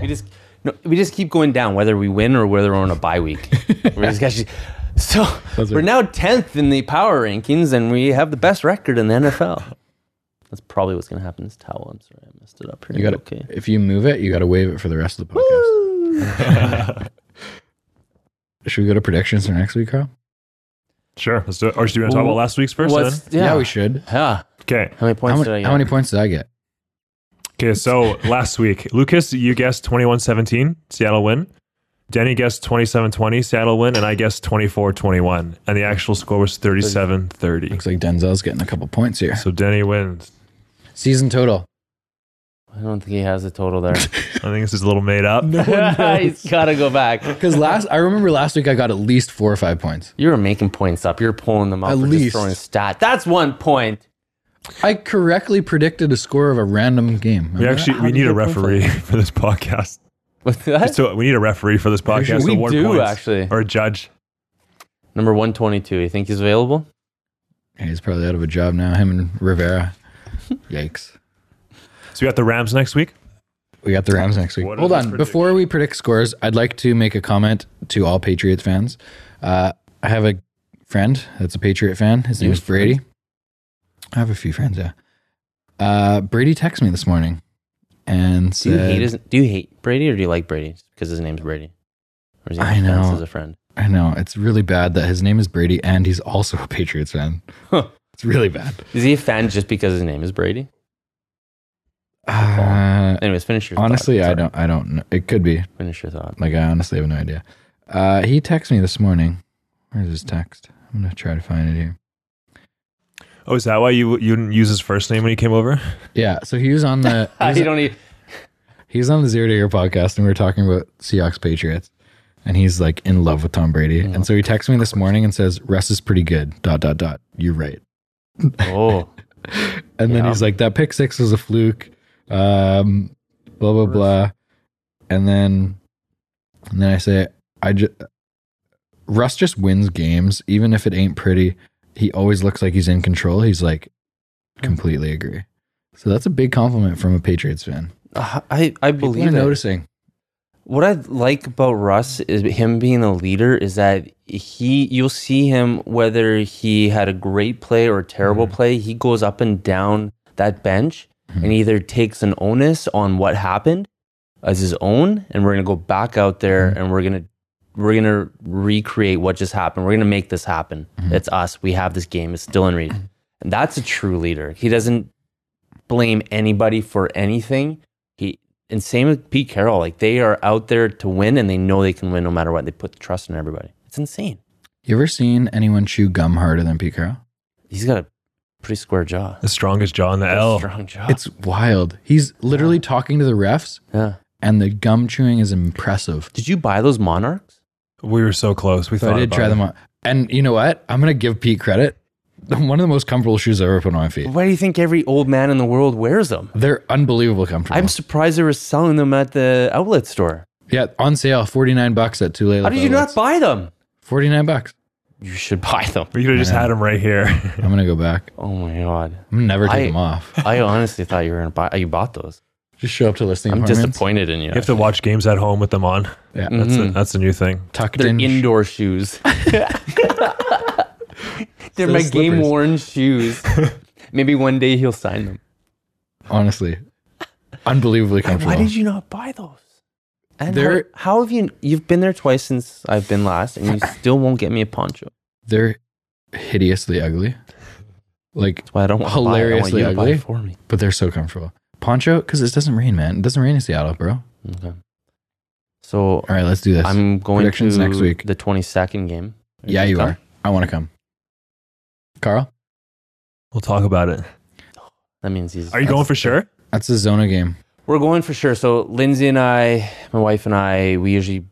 Speaker 2: We just no, we just keep going down, whether we win or whether we're on a bye week. We're just actually- so
Speaker 1: Those are-
Speaker 2: we're now tenth in the power rankings, and we have the best record in the NFL. That's probably what's going to happen. This towel. I'm sorry, I messed it up here.
Speaker 1: You got
Speaker 2: okay.
Speaker 1: If you move it, you got to wave it for the rest of the podcast. Should we go to predictions for next week, Carl?
Speaker 3: Sure. Let's do it. Or should you want to talk about last week's first? Then?
Speaker 2: What's, yeah.
Speaker 1: we should.
Speaker 2: Yeah.
Speaker 3: Okay.
Speaker 2: How many points
Speaker 1: How,
Speaker 2: did I
Speaker 1: many,
Speaker 2: get?
Speaker 1: how many points did I get?
Speaker 3: Okay. So last week, Lucas, you guessed 21 17, Seattle win. Danny guessed 27 20, Seattle win. And I guessed 24 21. And the actual score was 37 30.
Speaker 1: Looks like Denzel's getting a couple points here.
Speaker 3: So Denny wins.
Speaker 1: Season total.
Speaker 2: I don't think he has the total there.
Speaker 3: I think this is a little made up.
Speaker 2: He's got to go back.
Speaker 1: Because last, I remember last week I got at least four or five points.
Speaker 2: You were making points up. You're pulling them up.
Speaker 1: At
Speaker 2: or
Speaker 1: least.
Speaker 2: just throwing a stat. That's one point.
Speaker 1: I correctly predicted a score of a random game.
Speaker 3: We actually we need a referee for this podcast.
Speaker 2: What's that?
Speaker 3: So we need a referee for this podcast.
Speaker 2: We
Speaker 3: to award
Speaker 2: do,
Speaker 3: points.
Speaker 2: actually.
Speaker 3: or a judge.
Speaker 2: Number one twenty-two. You think he's available?
Speaker 1: He's probably out of a job now. Him and Rivera. Yikes.
Speaker 3: So we got the Rams next week.
Speaker 1: We got the Rams next week.
Speaker 3: What are
Speaker 1: Hold
Speaker 3: the
Speaker 1: on.
Speaker 3: predictions?
Speaker 1: Before we predict scores, I'd like to make a comment to all Patriots fans. Uh, I have a friend that's a Patriot fan. His name is Brady. I have a few friends, yeah. Uh, Brady texted me this morning and
Speaker 2: Do you hate
Speaker 1: said,
Speaker 2: his, Do you hate Brady or do you like Brady just because his name's Brady? Or is he
Speaker 1: I
Speaker 2: dense
Speaker 1: know.
Speaker 2: as a friend?
Speaker 1: I know, it's really bad that his name is Brady and he's also a Patriots fan.
Speaker 2: Huh.
Speaker 1: It's really bad.
Speaker 2: Is he a fan just because his name is Brady?
Speaker 1: Uh,
Speaker 2: Anyways, finish your
Speaker 1: honestly,
Speaker 2: thought.
Speaker 1: I
Speaker 2: Sorry.
Speaker 1: don't, I don't know. It could be.
Speaker 2: Finish your thought.
Speaker 1: Like, I honestly have no idea. Uh, he texted me this morning. Where's his text? I'm going to try to find it here.
Speaker 3: Oh, is that why you you didn't use his first name when he came over?
Speaker 1: Yeah, so he was on the he
Speaker 2: I
Speaker 1: was,
Speaker 2: don't e- need.
Speaker 1: he was on the Zero to Air podcast, and we were talking about Seahawks Patriots, and he's like in love with Tom Brady,
Speaker 2: Oh,
Speaker 1: and so he texts me this morning and says, "Russ is pretty good." Dot dot dot. You're right.
Speaker 2: Oh,
Speaker 1: And then
Speaker 2: Yeah.
Speaker 1: he's like, "That pick six was a fluke." Um, blah blah blah, and then and then I say, "I just Russ just wins games, even if it ain't pretty. He always looks like he's in control." He's like, "Completely agree." So that's a big compliment from a Patriots fan.
Speaker 2: I I
Speaker 1: People
Speaker 2: believe
Speaker 1: are
Speaker 2: it.
Speaker 1: noticing.
Speaker 2: What I like about Russ is him being a leader is that he you'll see him whether he had a great play or a terrible play, he goes up and down that bench and either takes an onus on what happened as his own and we're going to go back out there and we're going to we're going to recreate what just happened. We're going to make this happen. It's us. We have this game. It's still in reach. And that's a true leader. He doesn't blame anybody for anything. He and same with Pete Carroll. Like they are out there to win, and they know they can win no matter what. They put the trust in everybody. It's insane.
Speaker 1: You ever seen anyone chew gum harder than Pete Carroll?
Speaker 2: He's got a pretty square jaw,
Speaker 3: The strongest jaw in the L.
Speaker 2: strong jaw.
Speaker 1: It's wild. He's literally talking to the refs,
Speaker 2: yeah.
Speaker 1: and the gum chewing is impressive.
Speaker 2: Did you buy those Monarchs?
Speaker 3: We were so close. We
Speaker 1: So
Speaker 3: thought
Speaker 1: I did
Speaker 3: about
Speaker 1: try
Speaker 3: it.
Speaker 1: them on. And you know what? I'm gonna give Pete credit. one of the most comfortable shoes I've ever put on my feet.
Speaker 2: Why do you think every old man in the world wears them?
Speaker 1: They're unbelievable comfortable.
Speaker 2: I'm surprised they were selling them at the outlet store.
Speaker 1: yeah, on sale, forty nine bucks at Tule.
Speaker 2: How did you not buy them?
Speaker 1: Forty nine bucks.
Speaker 2: You should buy them.
Speaker 3: We could have just had him right here.
Speaker 1: I'm gonna go back.
Speaker 2: Oh my god!
Speaker 1: I'm never take
Speaker 2: I-
Speaker 1: them off.
Speaker 2: I honestly thought you were gonna buy. You bought those.
Speaker 1: Just show up to listening.
Speaker 2: I'm
Speaker 1: apartments.
Speaker 2: disappointed in you.
Speaker 3: You have to watch games at home with them on.
Speaker 1: Yeah,
Speaker 3: That's a, that's a new thing.
Speaker 1: tucked
Speaker 2: They're
Speaker 1: in.
Speaker 2: indoor shoes. They're my
Speaker 1: slippers.
Speaker 2: game worn shoes. Maybe one day he'll sign them.
Speaker 1: honestly, unbelievably comfortable.
Speaker 2: Why did you not buy those? And how,
Speaker 1: They're-
Speaker 2: how have you? You've been there twice since I've been last, and you still won't get me a poncho.
Speaker 1: They're hideously ugly. Like,
Speaker 2: That's why I don't want to buy it. I want
Speaker 1: Hilariously
Speaker 2: you to buy
Speaker 1: ugly.
Speaker 2: it for me.
Speaker 1: but they're so comfortable. Poncho, because it doesn't rain, man. It doesn't rain in Seattle, bro. All
Speaker 2: Okay. So
Speaker 1: right, let's do this.
Speaker 2: I'm going
Speaker 1: Predictions
Speaker 2: to
Speaker 1: next week.
Speaker 2: the 22nd game.
Speaker 1: yeah,
Speaker 2: gonna
Speaker 1: you
Speaker 2: come?
Speaker 1: are. I want to come. Carl,
Speaker 3: We'll talk about it.
Speaker 2: That means he's.
Speaker 3: Are you going for sure?
Speaker 1: that's a Zona game.
Speaker 2: We're going for sure. So Lindsay and I, my wife and I, we usually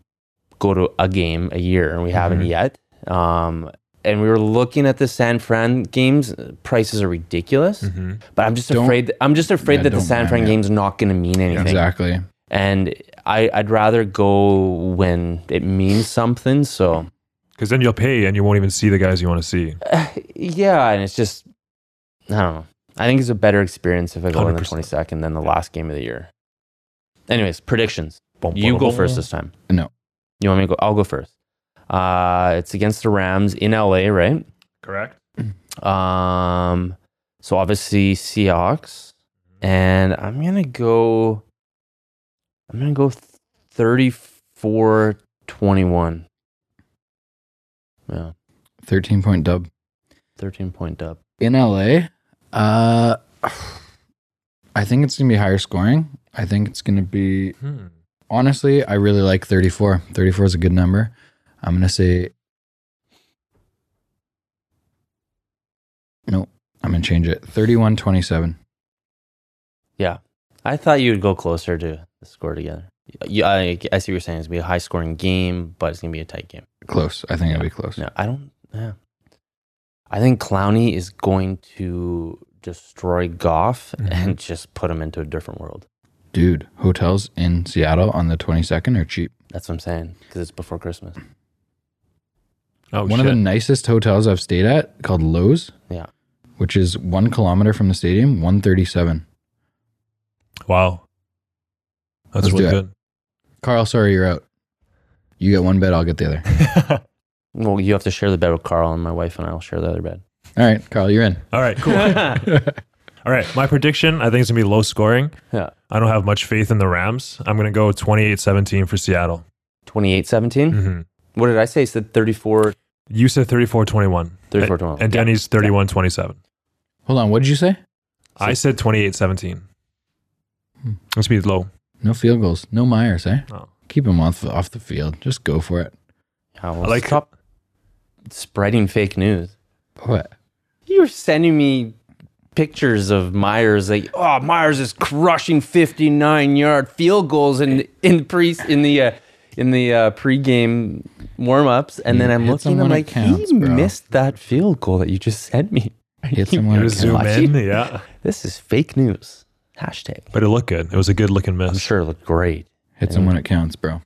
Speaker 2: go to a game a year, and we
Speaker 1: Mm-hmm.
Speaker 2: haven't
Speaker 3: Mhm.
Speaker 2: yet. Um, and we were looking at the San Fran games. Prices are ridiculous,
Speaker 3: Mm-hmm.
Speaker 2: but I'm just
Speaker 1: Mm. Don't-
Speaker 2: afraid. I'm just afraid
Speaker 1: Yeah,
Speaker 2: that the
Speaker 1: don't
Speaker 2: San
Speaker 1: mind
Speaker 2: Fran
Speaker 1: it.
Speaker 2: game's not going to mean anything.
Speaker 1: Exactly.
Speaker 2: And I, I'd rather go when it means something. So
Speaker 3: Because then you'll pay and you won't even see the guys you want to see.
Speaker 2: yeah, and it's just I don't know. I think it's a better experience if I go on the
Speaker 3: 100%.
Speaker 2: 22nd than the last game of the year. Anyways, predictions.
Speaker 3: Bum,
Speaker 2: You
Speaker 3: bum,
Speaker 2: go
Speaker 3: bum.
Speaker 2: first this time.
Speaker 1: No.
Speaker 2: You want me to go? I'll go first. Uh, it's against the Rams in LA, right?
Speaker 3: Correct.
Speaker 2: Um, so obviously Seahawks, and I'm gonna go. I'm gonna go 34 21. Yeah,
Speaker 1: 13 point dub.
Speaker 2: 13 point up.
Speaker 1: in LA, uh, I think it's going to be higher scoring. I think it's going to be,
Speaker 3: Hmm.
Speaker 1: honestly, I really like 34. 34 is a good number. I'm going to say, no, I'm going to change it. 31 27.
Speaker 2: I thought you would go closer to the score together. Yeah, I, I see what you're saying. It's gonna be a high scoring game, but it's gonna be a tight game.
Speaker 1: Close. I think it'll be close.
Speaker 2: No, I don't. Yeah, I think Clowney is going to destroy Goff
Speaker 3: Mhm.
Speaker 2: and just put him into a different world.
Speaker 1: Dude, hotels in Seattle on the 22nd are cheap.
Speaker 2: That's what I'm saying because it's before Christmas.
Speaker 3: Oh,
Speaker 1: One
Speaker 3: shit.
Speaker 1: of the nicest hotels I've stayed at called Lowe's.
Speaker 2: Yeah.
Speaker 1: Which is one kilometer from the stadium, 137.
Speaker 3: wow. That's
Speaker 1: Let's
Speaker 3: really
Speaker 1: do
Speaker 3: good.
Speaker 1: Carl, sorry, you're out. You get one bet, I'll get the other.
Speaker 2: Well, you have to share the bed with Carl, and my wife and I will share the other bed.
Speaker 1: All right, Carl, you're in.
Speaker 3: All right, cool. All right, my prediction I think it's going to be low scoring.
Speaker 2: Yeah,
Speaker 3: I don't have much faith in the Rams. I'm going to go 28 17 for Seattle.
Speaker 2: 28 17.
Speaker 3: hmm
Speaker 2: What did I say? He said 34
Speaker 3: You said 34 21.
Speaker 2: 34 21.
Speaker 3: And Denny's 31 27.
Speaker 1: Hold on, what did you say?
Speaker 3: I said 28 17. Let's be low.
Speaker 1: No field goals, no Myers, eh?
Speaker 3: Oh.
Speaker 1: Keep him off off the field. Just go for it.
Speaker 2: Yeah, well,
Speaker 3: I like
Speaker 2: stop spreading fake news.
Speaker 1: What?
Speaker 2: You were sending me pictures of Myers like, oh, Myers is crushing 59 yard field goals in in pre in the uh, in the uh, pregame warm ups, and then
Speaker 1: You
Speaker 2: I'm
Speaker 1: hit
Speaker 2: looking,
Speaker 1: someone
Speaker 2: I'm
Speaker 1: it
Speaker 2: like,
Speaker 1: counts,
Speaker 2: he
Speaker 1: bro.
Speaker 2: missed that field goal that you just sent me.
Speaker 1: Hit someone.
Speaker 3: Gotta
Speaker 1: that
Speaker 3: zoom
Speaker 1: counts.
Speaker 3: in. Yeah.
Speaker 2: This is fake news. Hashtag.
Speaker 3: But it looked good. It was a good looking
Speaker 2: I'm
Speaker 3: miss.
Speaker 2: sure it looked great.
Speaker 1: Hit someone. It counts, bro.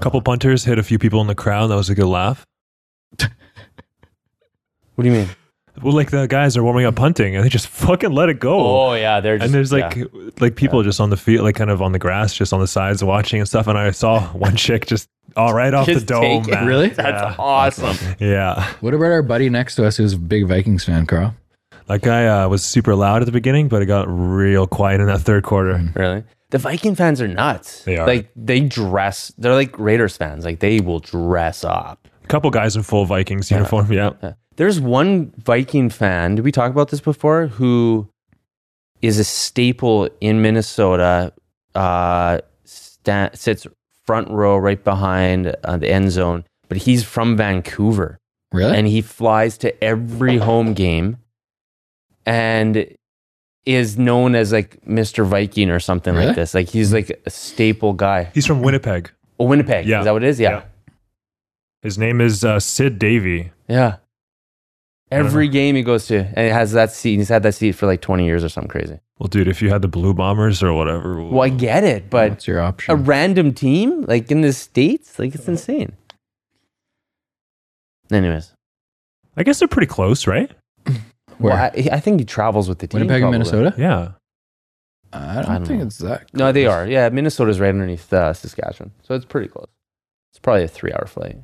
Speaker 3: couple punters hit a few people in the crowd. That was a good laugh.
Speaker 2: What do you mean?
Speaker 3: Well, like the guys are warming up punting and they just fucking let it go.
Speaker 2: Oh. yeah, they're
Speaker 3: and there's like like people just on the field, like kind of on the grass, just on the sides watching and stuff. And I saw one chick just all right off the
Speaker 2: Just
Speaker 3: dome.
Speaker 2: take it.
Speaker 3: man.
Speaker 1: Really?
Speaker 2: that's
Speaker 3: Yeah.
Speaker 2: awesome.
Speaker 3: Yeah.
Speaker 1: What about our buddy next to us who's a big Vikings fan, Carl?
Speaker 3: That guy uh, was super loud at the beginning, but it got real quiet in that third quarter.
Speaker 2: Really? The Viking fans are nuts.
Speaker 3: They are.
Speaker 2: Like they dress. They're like Raiders fans. Like they will dress up.
Speaker 3: A couple guys in full Vikings uniform. Yeah.
Speaker 2: Uh, There's one Viking fan. Did we talk about this before? Who is a staple in Minnesota? Uh, sta sits front row right behind uh, the end zone, but he's from Vancouver
Speaker 1: Really?
Speaker 2: and he flies to every home game and is known as like Mr. Viking or something
Speaker 1: Really?
Speaker 2: like this. Like he's like a staple guy.
Speaker 3: He's from Winnipeg.
Speaker 2: Oh, Winnipeg.
Speaker 3: Yeah.
Speaker 2: Is that what it is? Yeah.
Speaker 3: His name is uh, Sid Davey.
Speaker 2: Yeah.
Speaker 3: don't
Speaker 2: Every game he goes to, and it has that seat. He's had that seat for like 20 years or something crazy.
Speaker 3: Well, dude, if you had the Blue Bombers or whatever,
Speaker 2: Well, I get it, but
Speaker 1: What's your
Speaker 2: a
Speaker 1: option?
Speaker 2: random team like in the states, like it's insane. Anyways,
Speaker 3: I guess they're pretty close, right?
Speaker 1: Where?
Speaker 2: well, I, I think he travels with the team.
Speaker 1: Winnipeg and
Speaker 2: probably.
Speaker 1: Minnesota?
Speaker 3: Yeah.
Speaker 1: I don't,
Speaker 2: I don't
Speaker 1: think
Speaker 2: know.
Speaker 1: it's that.
Speaker 2: No, they
Speaker 1: close.
Speaker 2: are. Yeah, Minnesota's right underneath uh, Saskatchewan, so it's pretty close. It's probably a three-hour flight.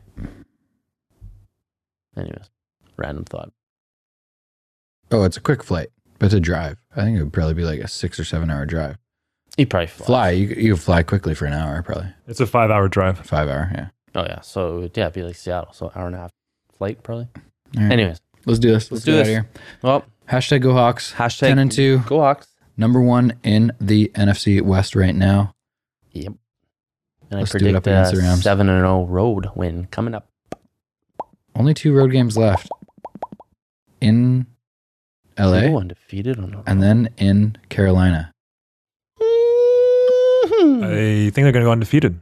Speaker 2: Anyways, random thought.
Speaker 1: Oh, it's a quick flight, but it's a drive. I think it would probably be like a six or seven hour drive.
Speaker 2: He probably flies.
Speaker 1: Fly, you you could fly quickly for an hour, probably
Speaker 3: It's a five hour drive.
Speaker 1: five hour. Yeah.
Speaker 2: Oh yeah, so it would, yeah, it'd be like Seattle, so hour and a half flight probably.
Speaker 1: All right.
Speaker 2: Anyways,
Speaker 1: let's do this. Let's,
Speaker 2: do
Speaker 1: get
Speaker 2: this.
Speaker 1: out of here.
Speaker 2: well,
Speaker 1: Hashtag Go Hawks.
Speaker 2: hashtag
Speaker 1: Ten and two,
Speaker 2: Go Hawks.
Speaker 1: number one in the NFC West right now.
Speaker 2: Yep. And
Speaker 1: Let's do
Speaker 2: I
Speaker 1: it up
Speaker 2: predict
Speaker 1: against
Speaker 2: a
Speaker 1: the Rams.
Speaker 2: seven and zero road win coming up.
Speaker 1: Only two road games left in LA
Speaker 2: Ooh, undefeated on the
Speaker 1: and then in Carolina.
Speaker 2: Hmm.
Speaker 3: I think they're going to go undefeated.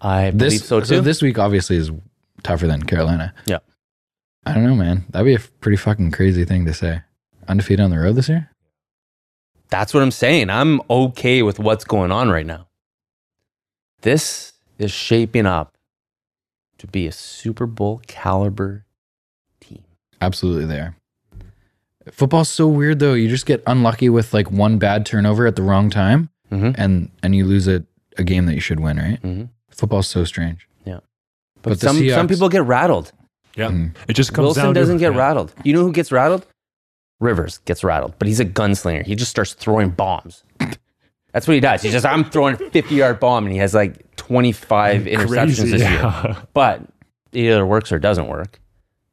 Speaker 2: I believe
Speaker 1: This
Speaker 2: so too.
Speaker 1: this week obviously is tougher than Carolina.
Speaker 2: Yeah.
Speaker 1: I don't know, man. That'd be a f- pretty fucking crazy thing to say. Undefeated on the road this year?
Speaker 2: That's what I'm saying. I'm okay with what's going on right now. This is shaping up to be a Super Bowl caliber team.
Speaker 1: Absolutely there. Football's so weird though. You just get unlucky with like one bad turnover at the wrong time
Speaker 2: Mhm.
Speaker 1: and and you lose a, a game that you should win, right?
Speaker 2: hmm
Speaker 1: Football's so strange.
Speaker 2: Yeah.
Speaker 1: But, the
Speaker 2: some some
Speaker 1: Seahawks-
Speaker 2: people get rattled.
Speaker 3: Yeah.
Speaker 1: Mm.
Speaker 3: It just comes
Speaker 2: Wilson
Speaker 3: down to-
Speaker 2: doesn't get
Speaker 3: yeah.
Speaker 2: rattled. You know who gets rattled? Rivers gets rattled, but he's a gunslinger. He just starts throwing bombs. That's what he does. He's just I'm throwing a 50 yard bomb, and he has like 25 interceptions
Speaker 3: Crazy.
Speaker 2: this year.
Speaker 3: Yeah.
Speaker 2: But it either works or doesn't work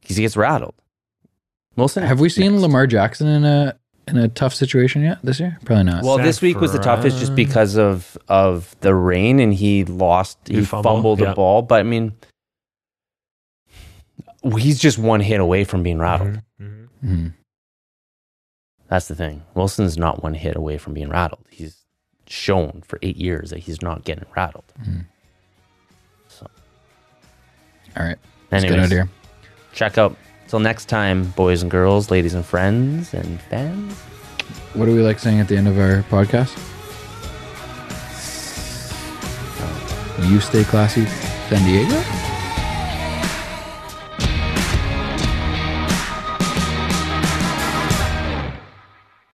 Speaker 2: because he gets rattled. Wilson,
Speaker 1: Have we seen
Speaker 2: next.
Speaker 1: Lamar Jackson in a in a tough situation yet this year? Probably not.
Speaker 2: Well,
Speaker 3: San
Speaker 2: this week was the toughest just
Speaker 3: Fran.
Speaker 2: because of of the rain and he lost. He,
Speaker 3: He
Speaker 2: fumbled,
Speaker 3: fumbled,
Speaker 2: the
Speaker 3: yeah.
Speaker 2: ball, but I mean, he's just one hit away from being rattled.
Speaker 3: Mhm, mhm.
Speaker 1: Mhm.
Speaker 2: That's the thing. Wilson's not one hit away from being rattled. He's shown for eight years that he's not getting rattled.
Speaker 1: All right. Let's get out of
Speaker 2: Anyways,
Speaker 1: here.
Speaker 2: check out. Till next time, boys and girls, ladies and friends and fans.
Speaker 1: What do we like saying at the end of our podcast? You stay classy, San Diego.